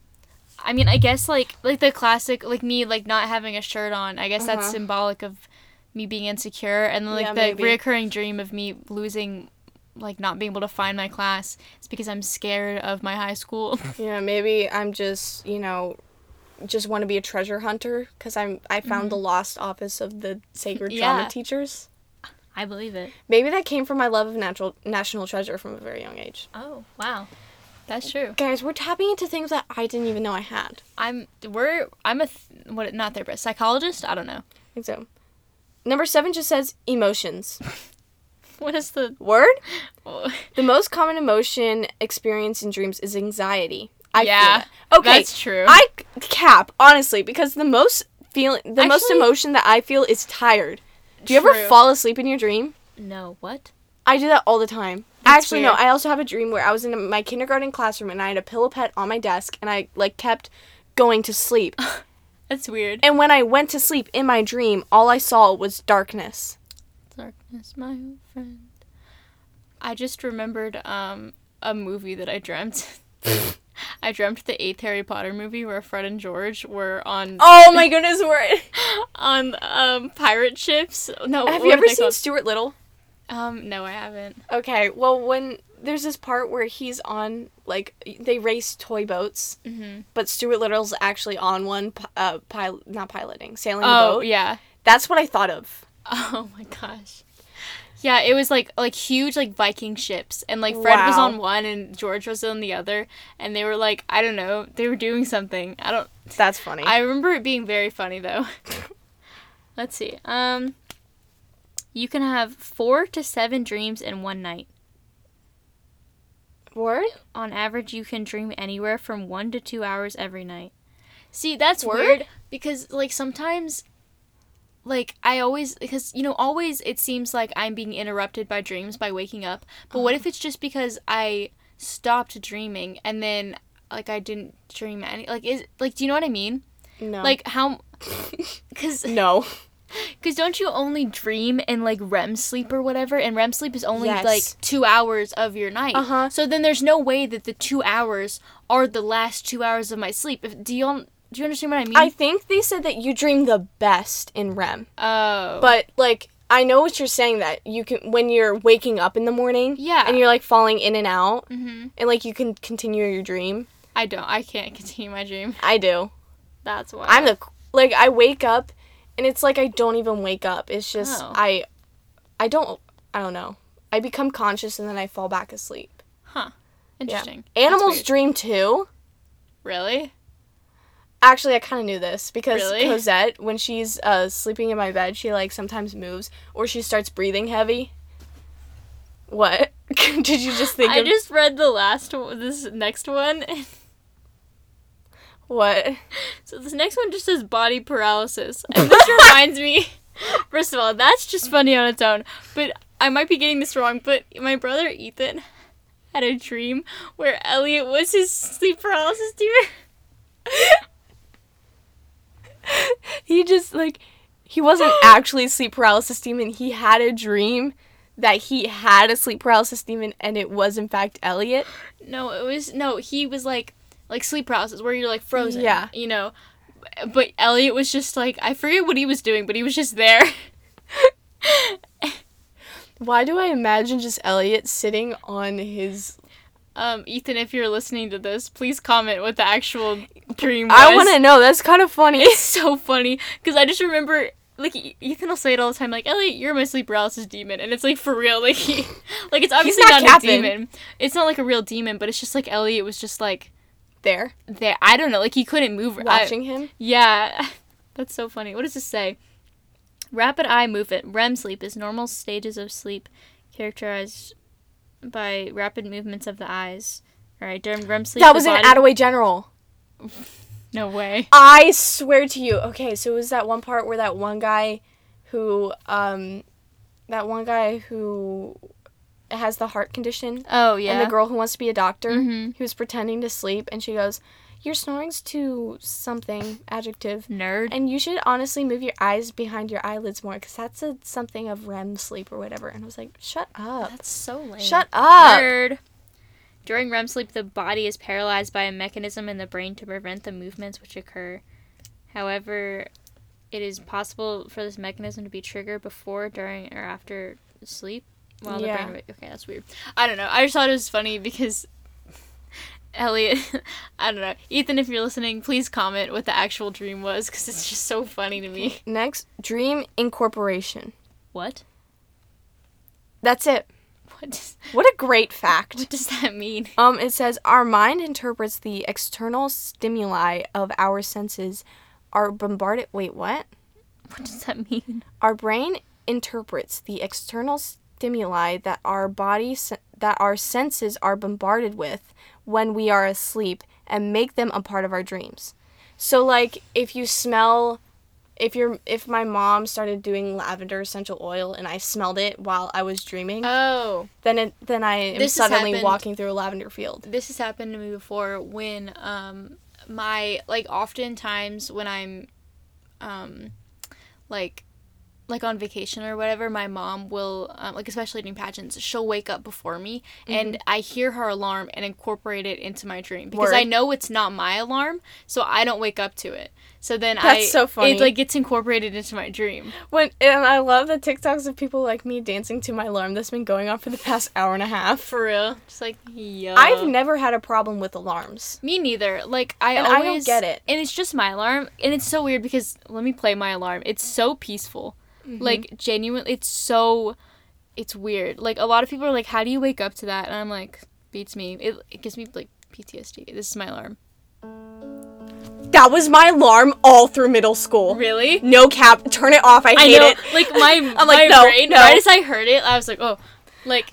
Speaker 2: I mean, I guess like like the classic like me like not having a shirt on. I guess that's
Speaker 1: Uh-huh.
Speaker 2: symbolic of me being insecure and like
Speaker 1: Yeah,
Speaker 2: the
Speaker 1: maybe.
Speaker 2: reoccurring dream of me losing like not being able to find my class it's because i'm scared of my high school
Speaker 1: Yeah, maybe I'm just, you know, just want to be a treasure hunter because I'm I found the lost office of the sacred
Speaker 2: Yeah.
Speaker 1: drama teachers.
Speaker 2: [LAUGHS] i believe it
Speaker 1: Maybe that came from my love of natural national treasure from a very young age.
Speaker 2: oh wow that's true
Speaker 1: Guys, we're tapping into things that I didn't even know I had.
Speaker 2: i'm we're i'm a th- what not therapist psychologist i
Speaker 1: [LAUGHS]
Speaker 2: don't know
Speaker 1: I think So, number seven just says emotions.
Speaker 2: what is the
Speaker 1: Word. The most common emotion experienced in dreams is anxiety. I feel
Speaker 2: Yeah,
Speaker 1: that. Okay.
Speaker 2: that's true.
Speaker 1: I cap honestly because the most feeling, the most
Speaker 2: Actually-
Speaker 1: emotion that I feel is tired. Do you ever
Speaker 2: True.
Speaker 1: fall asleep in your dream?
Speaker 2: No, what?
Speaker 1: I do that all the time.
Speaker 2: That's
Speaker 1: Actually,
Speaker 2: weird.
Speaker 1: no. I also have a dream where I was in my kindergarten classroom and I had a pillow pet on my desk and I like kept going
Speaker 2: [LAUGHS]
Speaker 1: to sleep.
Speaker 2: That's weird.
Speaker 1: and when I went to sleep in my dream, all I saw was darkness.
Speaker 2: Darkness, my friend. I just remembered um a movie that I dreamt. [LAUGHS] I dreamt the eighth Harry Potter movie where Fred and George were on
Speaker 1: Oh my goodness, word.
Speaker 2: on um pirate ships. No,
Speaker 1: [LAUGHS] have
Speaker 2: what
Speaker 1: you
Speaker 2: are
Speaker 1: ever
Speaker 2: they
Speaker 1: seen
Speaker 2: called?
Speaker 1: Stuart Little?
Speaker 2: um, no, I haven't.
Speaker 1: Okay, well, when there's this part where he's on, like, they race toy boats,
Speaker 2: Mm-hmm.
Speaker 1: but Stuart Little's actually on one, pi- uh, pil- not piloting, sailing the
Speaker 2: Oh
Speaker 1: boat.
Speaker 2: yeah.
Speaker 1: That's what I thought of.
Speaker 2: [LAUGHS] Oh my gosh. Yeah, it was like like huge like Viking ships and like Fred was
Speaker 1: Wow.
Speaker 2: on one and George was on the other and they were like I don't know, they were doing something. I don't
Speaker 1: That's funny.
Speaker 2: I remember it being very funny though. [LAUGHS] Let's see. Um you can have 4 to 7 dreams in one night.
Speaker 1: Word?
Speaker 2: On average, you can dream anywhere from 1 to 2 hours every night. See, that's
Speaker 1: Word?
Speaker 2: weird because like sometimes like I always because you know always it seems like I'm being interrupted by dreams by waking up. But what if it's just because I stopped dreaming and then like I didn't dream any like is like do you know what I mean?
Speaker 1: No.
Speaker 2: Like [LAUGHS] how cuz
Speaker 1: no.
Speaker 2: cuz don't you only dream in like REM sleep or whatever and REM sleep is only
Speaker 1: Yes.
Speaker 2: like 2 hours of your night.
Speaker 1: Uh-huh.
Speaker 2: So then there's no way that the 2 hours are the last 2 hours of my sleep. If do you un- do you understand what I mean?
Speaker 1: I think they said that you dream the best in REM.
Speaker 2: oh.
Speaker 1: But like I know what you're saying that you can when you're waking up in the morning
Speaker 2: Yeah.
Speaker 1: and you're like falling in and out
Speaker 2: Mhm.
Speaker 1: and like you can continue your dream.
Speaker 2: I don't. I can't [LAUGHS] continue my dream.
Speaker 1: I do.
Speaker 2: That's why.
Speaker 1: I'm the like I wake up and it's like I don't even wake up. It's just
Speaker 2: Oh.
Speaker 1: I I don't I don't know. I become conscious and then I fall back asleep. Yeah.
Speaker 2: interesting. That's
Speaker 1: Animals
Speaker 2: weird.
Speaker 1: dream too.
Speaker 2: really?
Speaker 1: Actually, I kind of knew this because
Speaker 2: Really?
Speaker 1: Cosette, when she's uh, sleeping in my bed, she like sometimes moves or she starts breathing heavy. What [LAUGHS] did you just think
Speaker 2: I
Speaker 1: of?
Speaker 2: just read the last one, this next one. [LAUGHS] and
Speaker 1: what?
Speaker 2: So this next one just says body paralysis. And
Speaker 1: [LAUGHS]
Speaker 2: this reminds me [LAUGHS] First of all, that's just funny on its own. But I might be getting this wrong, but my brother Ethan had a dream where Elliot was his sleep paralysis demon.
Speaker 1: he just like he [GASPS] wasn't actually sleep paralysis demon. He had a dream that he had a sleep paralysis demon, and it was in fact Elliot.
Speaker 2: [LAUGHS] No, it was no. He was like like sleep paralysis where you're like frozen.
Speaker 1: Yeah.
Speaker 2: you know. But Elliot was just like I forget what he was doing, but he was just there. [LAUGHS]
Speaker 1: Why do I imagine just Elliot sitting on his?
Speaker 2: Um, Ethan, if you're listening to this, please comment what the actual dream was.
Speaker 1: I want to know. That's kind of funny.
Speaker 2: [LAUGHS] It's so funny because I just remember like E- Ethan will say it all the time, like Elliot, you're my sleep paralysis demon, and it's like for real, [LAUGHS] like he, like it's obviously
Speaker 1: not
Speaker 2: not, a
Speaker 1: capping.
Speaker 2: demon. It's not like a real demon, but it's just like Elliot was just like
Speaker 1: there,
Speaker 2: there. I don't know, like he couldn't move. I-
Speaker 1: watching him.
Speaker 2: Yeah, [LAUGHS] that's so funny. What does this say? Rapid eye movement, REM sleep, is normal stages of sleep characterized by rapid movements of the eyes. All right, during REM sleep,
Speaker 1: That
Speaker 2: the
Speaker 1: was in
Speaker 2: body-
Speaker 1: Attaway General.
Speaker 2: No way.
Speaker 1: I swear to you. Okay, so it was that one part where that one guy who um that one guy who has the heart condition
Speaker 2: Oh yeah.
Speaker 1: and the girl who wants to be a doctor
Speaker 2: Mhm.
Speaker 1: he was pretending to sleep and she goes, "Your snoring's too something adjective."
Speaker 2: nerd.
Speaker 1: And you should honestly move your eyes behind your eyelids more because that's a something of REM sleep or whatever. And I was like, shut up.
Speaker 2: that's so lame.
Speaker 1: Shut up.
Speaker 2: Nerd. During REM sleep, the body is paralyzed by a mechanism in the brain to prevent the movements which occur. However, it is possible for this mechanism to be triggered before, during, or after sleep. While
Speaker 1: Yeah.
Speaker 2: the brain. Okay, that's weird. I don't know. I just thought it was funny because [LAUGHS] Elliot. [LAUGHS] I don't know. Ethan, if you're listening, please comment what the actual dream was because it's just so funny to me.
Speaker 1: Next, dream incorporation.
Speaker 2: What?
Speaker 1: That's it.
Speaker 2: What does,
Speaker 1: What a great fact.
Speaker 2: what does that mean?
Speaker 1: Um, it says our mind interprets the external stimuli of our senses are bombarded. Wait, what?
Speaker 2: What does that mean?
Speaker 1: Our brain interprets the external stimuli that our body sen- that our senses are bombarded with when we are asleep and make them a part of our dreams. So like if you smell if you're if my mom started doing lavender essential oil and I smelled it while I was dreaming,
Speaker 2: Oh.
Speaker 1: then it, then I am
Speaker 2: This has
Speaker 1: suddenly
Speaker 2: happened-
Speaker 1: walking through a lavender field.
Speaker 2: this has happened to me before when um my like oftentimes when i'm um like like on vacation or whatever my mom will um, like especially during pageants she'll wake up before me and i hear her alarm and incorporate it into my dream because i
Speaker 1: Mm-hmm. Word.
Speaker 2: know it's not my alarm so i don't wake up to it so then
Speaker 1: That's
Speaker 2: i
Speaker 1: so funny.
Speaker 2: it like gets incorporated into my dream
Speaker 1: When and I love the TikToks of people like me dancing to my alarm that's been going on for the past hour and a half.
Speaker 2: for real just like yo
Speaker 1: I've never had a problem with alarms.
Speaker 2: Me neither. Like I
Speaker 1: And I don't
Speaker 2: always
Speaker 1: get it.
Speaker 2: and it's just my alarm, and it's so weird because let me play my alarm. It's so peaceful,
Speaker 1: Mm-hmm.
Speaker 2: like genuine. It's so, it's weird. Like a lot of people are like, "How do you wake up to that?" And I'm like, "Beats me." It, it gives me like PTSD. This is my alarm.
Speaker 1: That was my alarm all through middle school.
Speaker 2: Really?
Speaker 1: No cap, turn it off. I
Speaker 2: I
Speaker 1: hate
Speaker 2: know.
Speaker 1: it.
Speaker 2: Like my
Speaker 1: [LAUGHS] I'm
Speaker 2: my
Speaker 1: like, no,
Speaker 2: brain.
Speaker 1: no.
Speaker 2: Right as I heard it, I was like, "Oh, like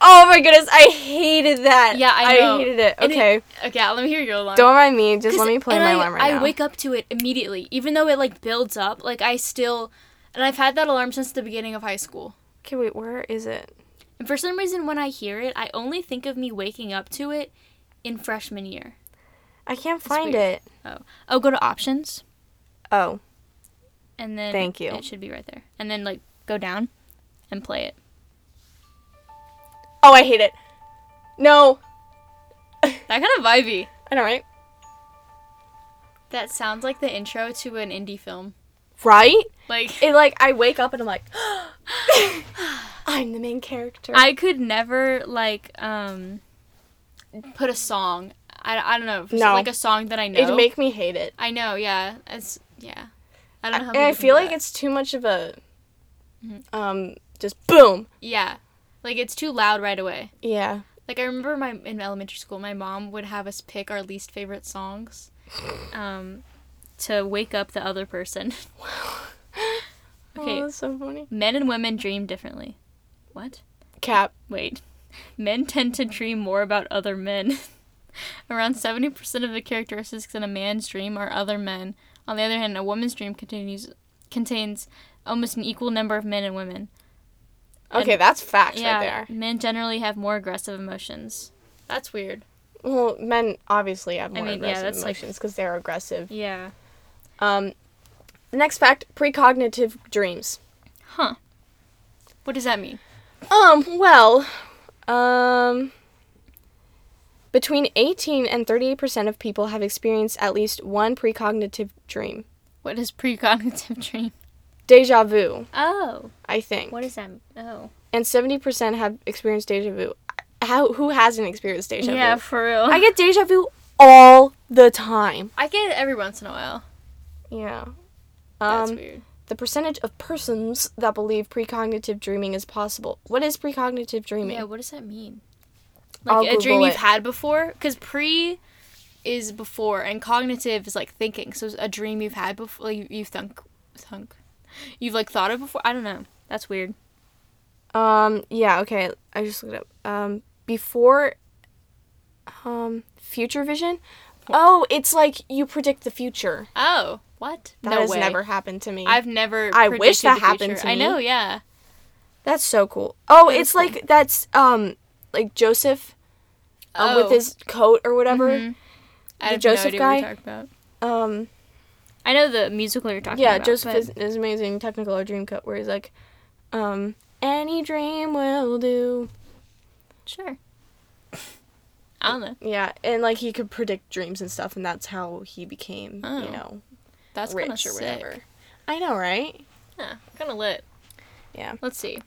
Speaker 1: Oh my goodness, I hated that.
Speaker 2: Yeah, I know.
Speaker 1: hated it.
Speaker 2: And
Speaker 1: Okay,
Speaker 2: okay, let me hear your alarm."
Speaker 1: don't mind me. Just let
Speaker 2: 'Cause-
Speaker 1: me play
Speaker 2: and
Speaker 1: my
Speaker 2: I,
Speaker 1: alarm right
Speaker 2: I
Speaker 1: now.
Speaker 2: wake up to it immediately, even though it like builds up. Like I still, and I've had that alarm since the beginning of high school.
Speaker 1: okay, wait, where is it?
Speaker 2: And for some reason, when I hear it, I only think of me waking up to it in freshman year.
Speaker 1: I can't find
Speaker 2: weird.
Speaker 1: it.
Speaker 2: Oh, oh, go to options.
Speaker 1: Oh,
Speaker 2: and then
Speaker 1: Thank you.
Speaker 2: It should be right there, and then like go down and play it.
Speaker 1: oh, I hate it. No,
Speaker 2: That kind of vibey.
Speaker 1: I know, right?
Speaker 2: That sounds like the intro to an indie film.
Speaker 1: Right?
Speaker 2: Like
Speaker 1: It like I wake up and I'm like, [GASPS] I'm the main character.
Speaker 2: I could never like um put a song. I, I don't know. if it's
Speaker 1: No.
Speaker 2: Like a song that I know.
Speaker 1: It'd make me hate it.
Speaker 2: I know. Yeah. It's yeah. I don't know.
Speaker 1: And
Speaker 2: How
Speaker 1: I feel like it's too much of a,
Speaker 2: Mm-hmm.
Speaker 1: um, just boom.
Speaker 2: yeah, like it's too loud right away.
Speaker 1: Yeah.
Speaker 2: Like I remember my in elementary school, my mom would have us pick our least favorite songs, um, to wake up the other person. [LAUGHS]
Speaker 1: Okay.
Speaker 2: Okay.
Speaker 1: Oh, that's so funny.
Speaker 2: Men and women dream differently. What?
Speaker 1: Cap.
Speaker 2: Wait. [LAUGHS] Men tend to dream more about other men. [LAUGHS] Around 70% of the characteristics in a man's dream are other men. On the other hand, a woman's dream continues contains almost an equal number of men and women.
Speaker 1: Okay, that's facts
Speaker 2: yeah,
Speaker 1: right there.
Speaker 2: men generally have more aggressive emotions. That's weird.
Speaker 1: Well, men obviously have more
Speaker 2: mean, yeah,
Speaker 1: aggressive
Speaker 2: that's, like-
Speaker 1: emotions because they're aggressive.
Speaker 2: Yeah.
Speaker 1: Um, next fact: precognitive dreams.
Speaker 2: Huh. What does that mean?
Speaker 1: Um, well, um, between 18 and 38% of people have experienced at least one precognitive dream.
Speaker 2: What is
Speaker 1: [LAUGHS]
Speaker 2: precognitive dream?
Speaker 1: Deja vu,
Speaker 2: Oh,
Speaker 1: I think.
Speaker 2: what is that? Oh.
Speaker 1: and 70% have experienced deja vu. How, who hasn't experienced deja
Speaker 2: Yeah,
Speaker 1: vu?
Speaker 2: for real.
Speaker 1: [LAUGHS] I get deja vu all the time.
Speaker 2: I get it every once in a while.
Speaker 1: Yeah.
Speaker 2: That's
Speaker 1: Um,
Speaker 2: weird.
Speaker 1: the percentage of persons that believe precognitive dreaming is possible. What is precognitive dreaming?
Speaker 2: Yeah, what does that mean? Like
Speaker 1: I'll
Speaker 2: a dream
Speaker 1: Google
Speaker 2: you've
Speaker 1: it.
Speaker 2: had before? Because pre is before, and cognitive is like thinking. So it's a dream you've had before, like, you- you've thunk, thunk, you've like thought of before. I don't know. That's weird.
Speaker 1: Um. Yeah. Okay. I just looked it up. Um. Before. Um. Future vision. Oh, it's like you predict the future.
Speaker 2: Oh, what?
Speaker 1: That
Speaker 2: no
Speaker 1: has
Speaker 2: way.
Speaker 1: never happened to me.
Speaker 2: I've never.
Speaker 1: I wish
Speaker 2: predicted
Speaker 1: that
Speaker 2: the
Speaker 1: happened
Speaker 2: future.
Speaker 1: to
Speaker 2: I
Speaker 1: me.
Speaker 2: know. Yeah.
Speaker 1: that's so cool. Oh,
Speaker 2: is
Speaker 1: it's like that's um like Joseph um,
Speaker 2: Oh.
Speaker 1: with his coat or whatever.
Speaker 2: Mhm. I
Speaker 1: The
Speaker 2: have
Speaker 1: Joseph
Speaker 2: no idea what
Speaker 1: guy?
Speaker 2: you're talking about.
Speaker 1: Um.
Speaker 2: I know the musical you're talking
Speaker 1: Yeah.
Speaker 2: about.
Speaker 1: Joseph
Speaker 2: but-
Speaker 1: is, is amazing. Technical or dream coat where he's like, um, any dream will do.
Speaker 2: Sure. I don't know.
Speaker 1: Yeah, and like he could predict dreams and stuff, and that's how he became,
Speaker 2: Oh.
Speaker 1: you know,
Speaker 2: That's kind of
Speaker 1: rich or whatever. I know, right?
Speaker 2: Yeah, kind of lit.
Speaker 1: Yeah.
Speaker 2: Let's see.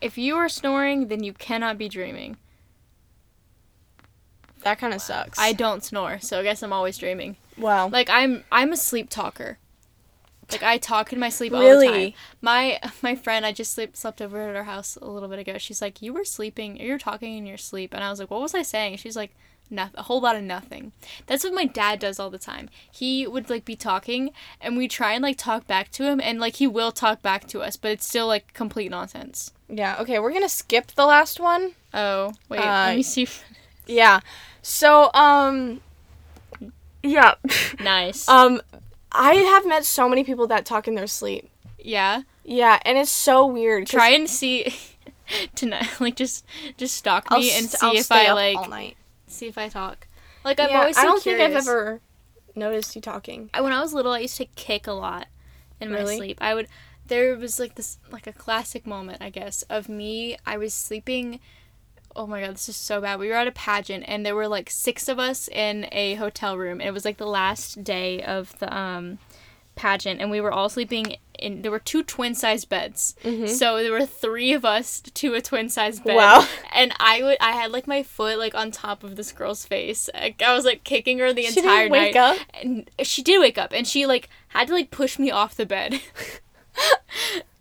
Speaker 2: If you are snoring, then you cannot be dreaming.
Speaker 1: That kind of sucks.
Speaker 2: I don't snore, so I guess I'm always dreaming.
Speaker 1: well,
Speaker 2: Like I'm I'm a sleep talker. Like I talk in my sleep all the time.
Speaker 1: Really?
Speaker 2: My my friend I just sleep, slept over at her house a little bit ago. She's like, "You were sleeping, you're talking in your sleep." And I was like, "What was I saying?" She's like, "Nothing, a whole lot of nothing." That's what my dad does all the time. He would like be talking and we try and like talk back to him and like he will talk back to us, but it's still like complete nonsense.
Speaker 1: yeah. Okay, we're gonna skip the last one.
Speaker 2: Oh, wait.
Speaker 1: Uh,
Speaker 2: let me see.
Speaker 1: [LAUGHS]
Speaker 2: if- [LAUGHS]
Speaker 1: Yeah. So, um, yeah. [LAUGHS]
Speaker 2: nice.
Speaker 1: um, I have met so many people that talk in their sleep.
Speaker 2: yeah.
Speaker 1: Yeah, and it's so weird. 'cause
Speaker 2: try and see [LAUGHS] tonight like just just stalk
Speaker 1: I'll
Speaker 2: me and
Speaker 1: s-
Speaker 2: see
Speaker 1: I'll
Speaker 2: if
Speaker 1: stay
Speaker 2: I
Speaker 1: up
Speaker 2: like
Speaker 1: all night.
Speaker 2: see if I talk. Like I'm
Speaker 1: Yeah,
Speaker 2: always so
Speaker 1: I don't think I've
Speaker 2: curious.
Speaker 1: ever noticed you talking.
Speaker 2: I- When I was little, I used to kick a lot in my
Speaker 1: Really?
Speaker 2: sleep. I would. There was like this like a classic moment, I guess, of me. I was sleeping. Oh my god, this is so bad. We were at a pageant, and there were like six of us in a hotel room. It was like the last day of the um, pageant, and we were all sleeping in. There were two twin sized beds, so there were three of us to a twin sized bed.
Speaker 1: Mm-hmm. Wow.
Speaker 2: And I would, I had like my foot like on top of this girl's face. Like, I was like kicking her the
Speaker 1: She didn't
Speaker 2: entire
Speaker 1: wake
Speaker 2: night.
Speaker 1: up?
Speaker 2: And she did wake up, and she like had to like push me off the bed. [LAUGHS]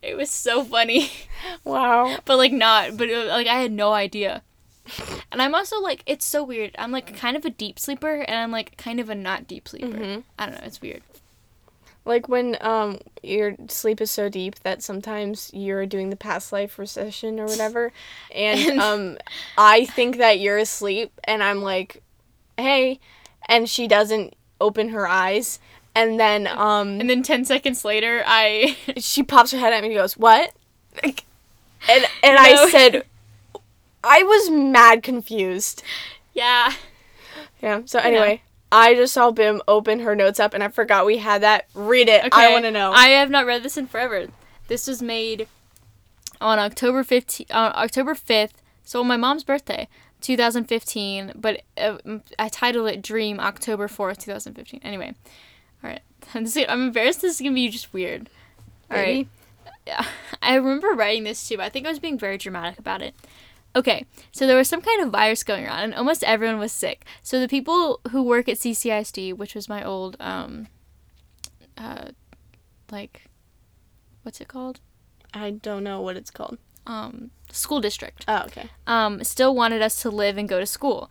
Speaker 2: it was so funny,
Speaker 1: Wow.
Speaker 2: but like not. But it was, like I had no idea. And I'm also like, it's so weird. I'm like kind of a deep sleeper, and I'm like kind of a not deep sleeper.
Speaker 1: Mm-hmm.
Speaker 2: I don't know. It's weird.
Speaker 1: Like when um your sleep is so deep that sometimes you're doing the past life recession or whatever, [LAUGHS] and um I think that you're asleep and I'm like, hey, and she doesn't open her eyes, and then um
Speaker 2: And then ten seconds later, I [LAUGHS]
Speaker 1: she pops her head at me and goes, what? Like, And and I [LAUGHS]
Speaker 2: No.
Speaker 1: said, I was mad confused.
Speaker 2: yeah.
Speaker 1: Yeah. So anyway, I just saw Bim open her notes up, and I forgot we had that. Read it. I want to know.
Speaker 2: I have not read this in forever. This was made on October 15 on October 5th, so on my mom's birthday, 2015, but uh, I titled it Dream October 4th, 2015. Anyway. All right. I'm, just, I'm embarrassed [LAUGHS] this is going to be just weird. All right.
Speaker 1: Maybe.
Speaker 2: Yeah. [LAUGHS] I remember writing this too. But I think I was being very dramatic about it. Okay, so there was some kind of virus going around, and almost everyone was sick. So the people who work at CCISD, which was my old, um, uh, like, what's it called?
Speaker 1: I don't know what it's called.
Speaker 2: Um, school district,
Speaker 1: Oh, okay.
Speaker 2: um, still wanted us to live and go to school.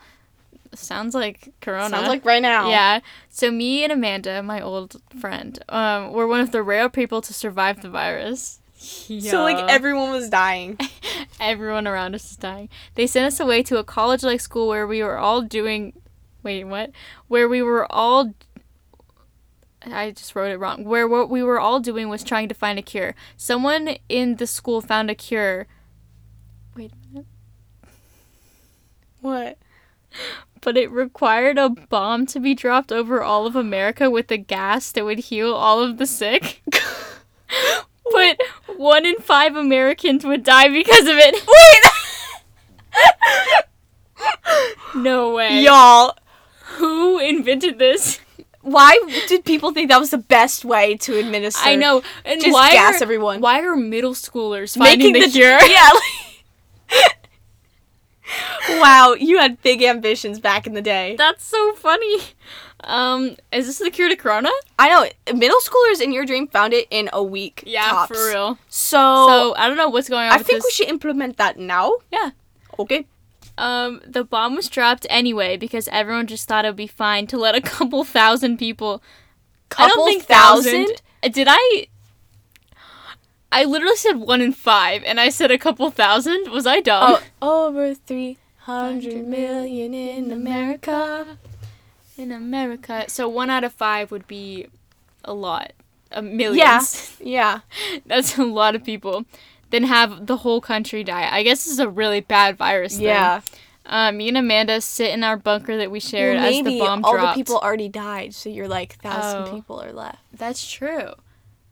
Speaker 2: Sounds like Corona.
Speaker 1: Sounds like right now.
Speaker 2: Yeah. So me and Amanda, my old friend, um, were one of the rare people to survive the virus.
Speaker 1: So like
Speaker 2: Yeah.
Speaker 1: everyone was dying.
Speaker 2: Everyone around us is dying. They sent us away to a college like school where we were all doing. Wait, what? Where we were all. I just wrote it wrong. Where what we were all doing was trying to find a cure. Someone in the school found a cure. Wait a minute.
Speaker 1: [LAUGHS] What?
Speaker 2: But it required a bomb to be dropped over all of America with a gas that would heal all of the
Speaker 1: [LAUGHS]
Speaker 2: sick. but one in five Americans would die because of it. No way.
Speaker 1: Y'all,
Speaker 2: Who invented this?
Speaker 1: why did people think that was the best way to administer?
Speaker 2: I know. And
Speaker 1: Just
Speaker 2: why
Speaker 1: gas
Speaker 2: are,
Speaker 1: everyone.
Speaker 2: Why are middle schoolers finding
Speaker 1: Making
Speaker 2: the,
Speaker 1: the-
Speaker 2: cure?
Speaker 1: [LAUGHS] Yeah. like- wow, you had big ambitions back in the day.
Speaker 2: [LAUGHS] That's so funny. Um, is this the cure to corona?
Speaker 1: I know middle schoolers in your dream found it in a week.
Speaker 2: Yeah,
Speaker 1: tops.
Speaker 2: for real.
Speaker 1: So,
Speaker 2: so I don't know what's going on.
Speaker 1: Oh. I
Speaker 2: with
Speaker 1: think
Speaker 2: this.
Speaker 1: we should implement that now.
Speaker 2: Yeah.
Speaker 1: Okay.
Speaker 2: Um, the bomb was dropped anyway because everyone just thought it would be fine to let a couple [LAUGHS] thousand people. I
Speaker 1: Couple
Speaker 2: don't think
Speaker 1: thousand?
Speaker 2: Did I? I literally said one in five, and I said a couple thousand. Was I
Speaker 1: Oh.
Speaker 2: dumb?
Speaker 1: [LAUGHS] over three hundred million in America.
Speaker 2: In America, so one out of five would be a lot, a millions.
Speaker 1: Yeah. Yeah.
Speaker 2: [LAUGHS] That's a lot of people. Then have the whole country die. I guess this is a really bad virus. thing.
Speaker 1: Yeah.
Speaker 2: Um, me and Amanda sit in our bunker that we shared
Speaker 1: Well,
Speaker 2: as the bomb
Speaker 1: all
Speaker 2: dropped.
Speaker 1: the people already died, so you're like thousand
Speaker 2: Oh.
Speaker 1: people are left.
Speaker 2: That's true.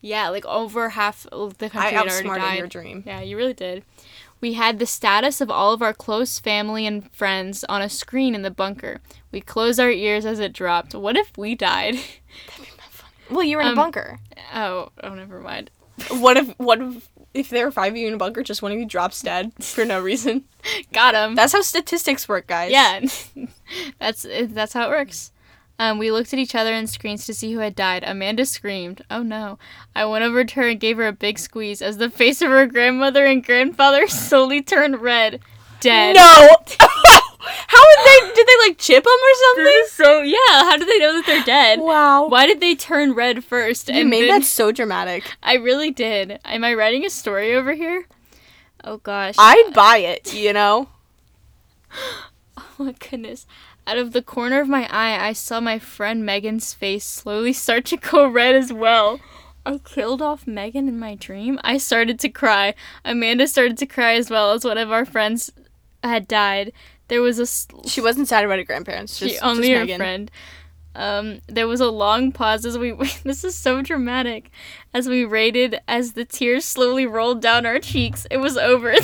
Speaker 2: Yeah, like over half of the
Speaker 1: I
Speaker 2: country had already
Speaker 1: outsmarted
Speaker 2: died.
Speaker 1: your dream.
Speaker 2: Yeah, you really did. We had the status of all of our close family and friends on a screen in the bunker. We closed our ears as it dropped. What if we died? [LAUGHS]
Speaker 1: Well, you were in
Speaker 2: Um, [LAUGHS]
Speaker 1: a bunker.
Speaker 2: Oh, oh, never mind.
Speaker 1: What if what if if there are five of you in a bunker, just one of you drops dead for no reason?
Speaker 2: Got him.
Speaker 1: That's how statistics work, guys.
Speaker 2: Yeah, [LAUGHS] that's that's how it works. Um, we looked at each other in screens to see who had died. Amanda screamed, "Oh no!" I went over to her and gave her a big squeeze as the face of her grandmother and grandfather [LAUGHS] slowly turned red, dead.
Speaker 1: [LAUGHS] No. how would they? Did they like chip them or something?
Speaker 2: This is so Oh, yeah. How do they know that they're dead?
Speaker 1: Wow.
Speaker 2: Why did they turn red first?
Speaker 1: You made
Speaker 2: then-
Speaker 1: that so dramatic.
Speaker 2: I really did. Am I writing a story over here? Oh gosh.
Speaker 1: I'd buy it. You know.
Speaker 2: Oh [LAUGHS] my goodness. Out of the corner of my eye, I saw my friend Megan's face slowly [LAUGHS] start to go red as well. I killed off Megan in my dream. I started to cry. Amanda started to cry as well as one of our friends had died. There was a s-
Speaker 1: She wasn't sad about her grandparents. Just,
Speaker 2: she only
Speaker 1: just
Speaker 2: her
Speaker 1: Megan.
Speaker 2: friend. Um, there was a long pause as we [LAUGHS] this is so dramatic as we rated as the tears slowly rolled down our cheeks. It was over.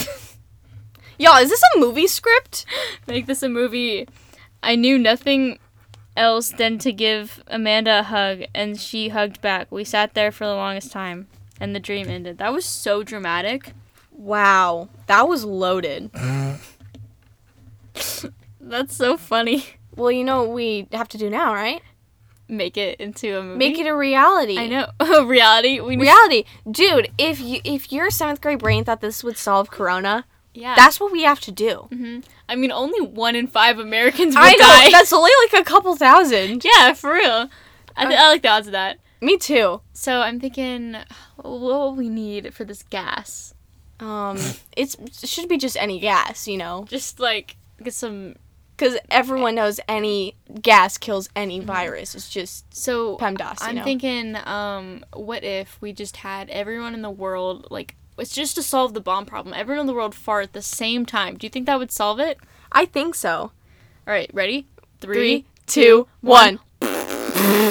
Speaker 2: [LAUGHS]
Speaker 1: Y'all, is this a movie script?
Speaker 2: make this a movie. I knew nothing else than to give Amanda a hug, and she hugged back. We sat there for the longest time, and the dream ended. That was so dramatic.
Speaker 1: Wow, that was loaded.
Speaker 2: That's so funny. [LAUGHS]
Speaker 1: Well, you know what we have to do now, right?
Speaker 2: Make it into a movie.
Speaker 1: Make it a reality.
Speaker 2: I know. [LAUGHS] Oh, reality. We need-
Speaker 1: Reality, dude. If you if your seventh grade brain thought this would solve Corona,
Speaker 2: yeah.
Speaker 1: that's what we have to do.
Speaker 2: I mean, only one in five Americans will
Speaker 1: I know
Speaker 2: die.
Speaker 1: that's only like a couple thousand.
Speaker 2: yeah, for real. I, th- I like the odds of that.
Speaker 1: Me too.
Speaker 2: Uh, So I'm thinking, what will we need for this gas?
Speaker 1: Um, it's it should be just any gas, you know,
Speaker 2: Just like get some.
Speaker 1: because everyone knows any gas kills any virus. It's just
Speaker 2: So
Speaker 1: PEMDAS. You
Speaker 2: I'm
Speaker 1: know?
Speaker 2: thinking, um, what if we just had everyone in the world like it's just to solve the bomb problem. Everyone in the world fart at the same time. Do you think that would solve it?
Speaker 1: I think so.
Speaker 2: All right, ready? Three,
Speaker 1: Three, two, one.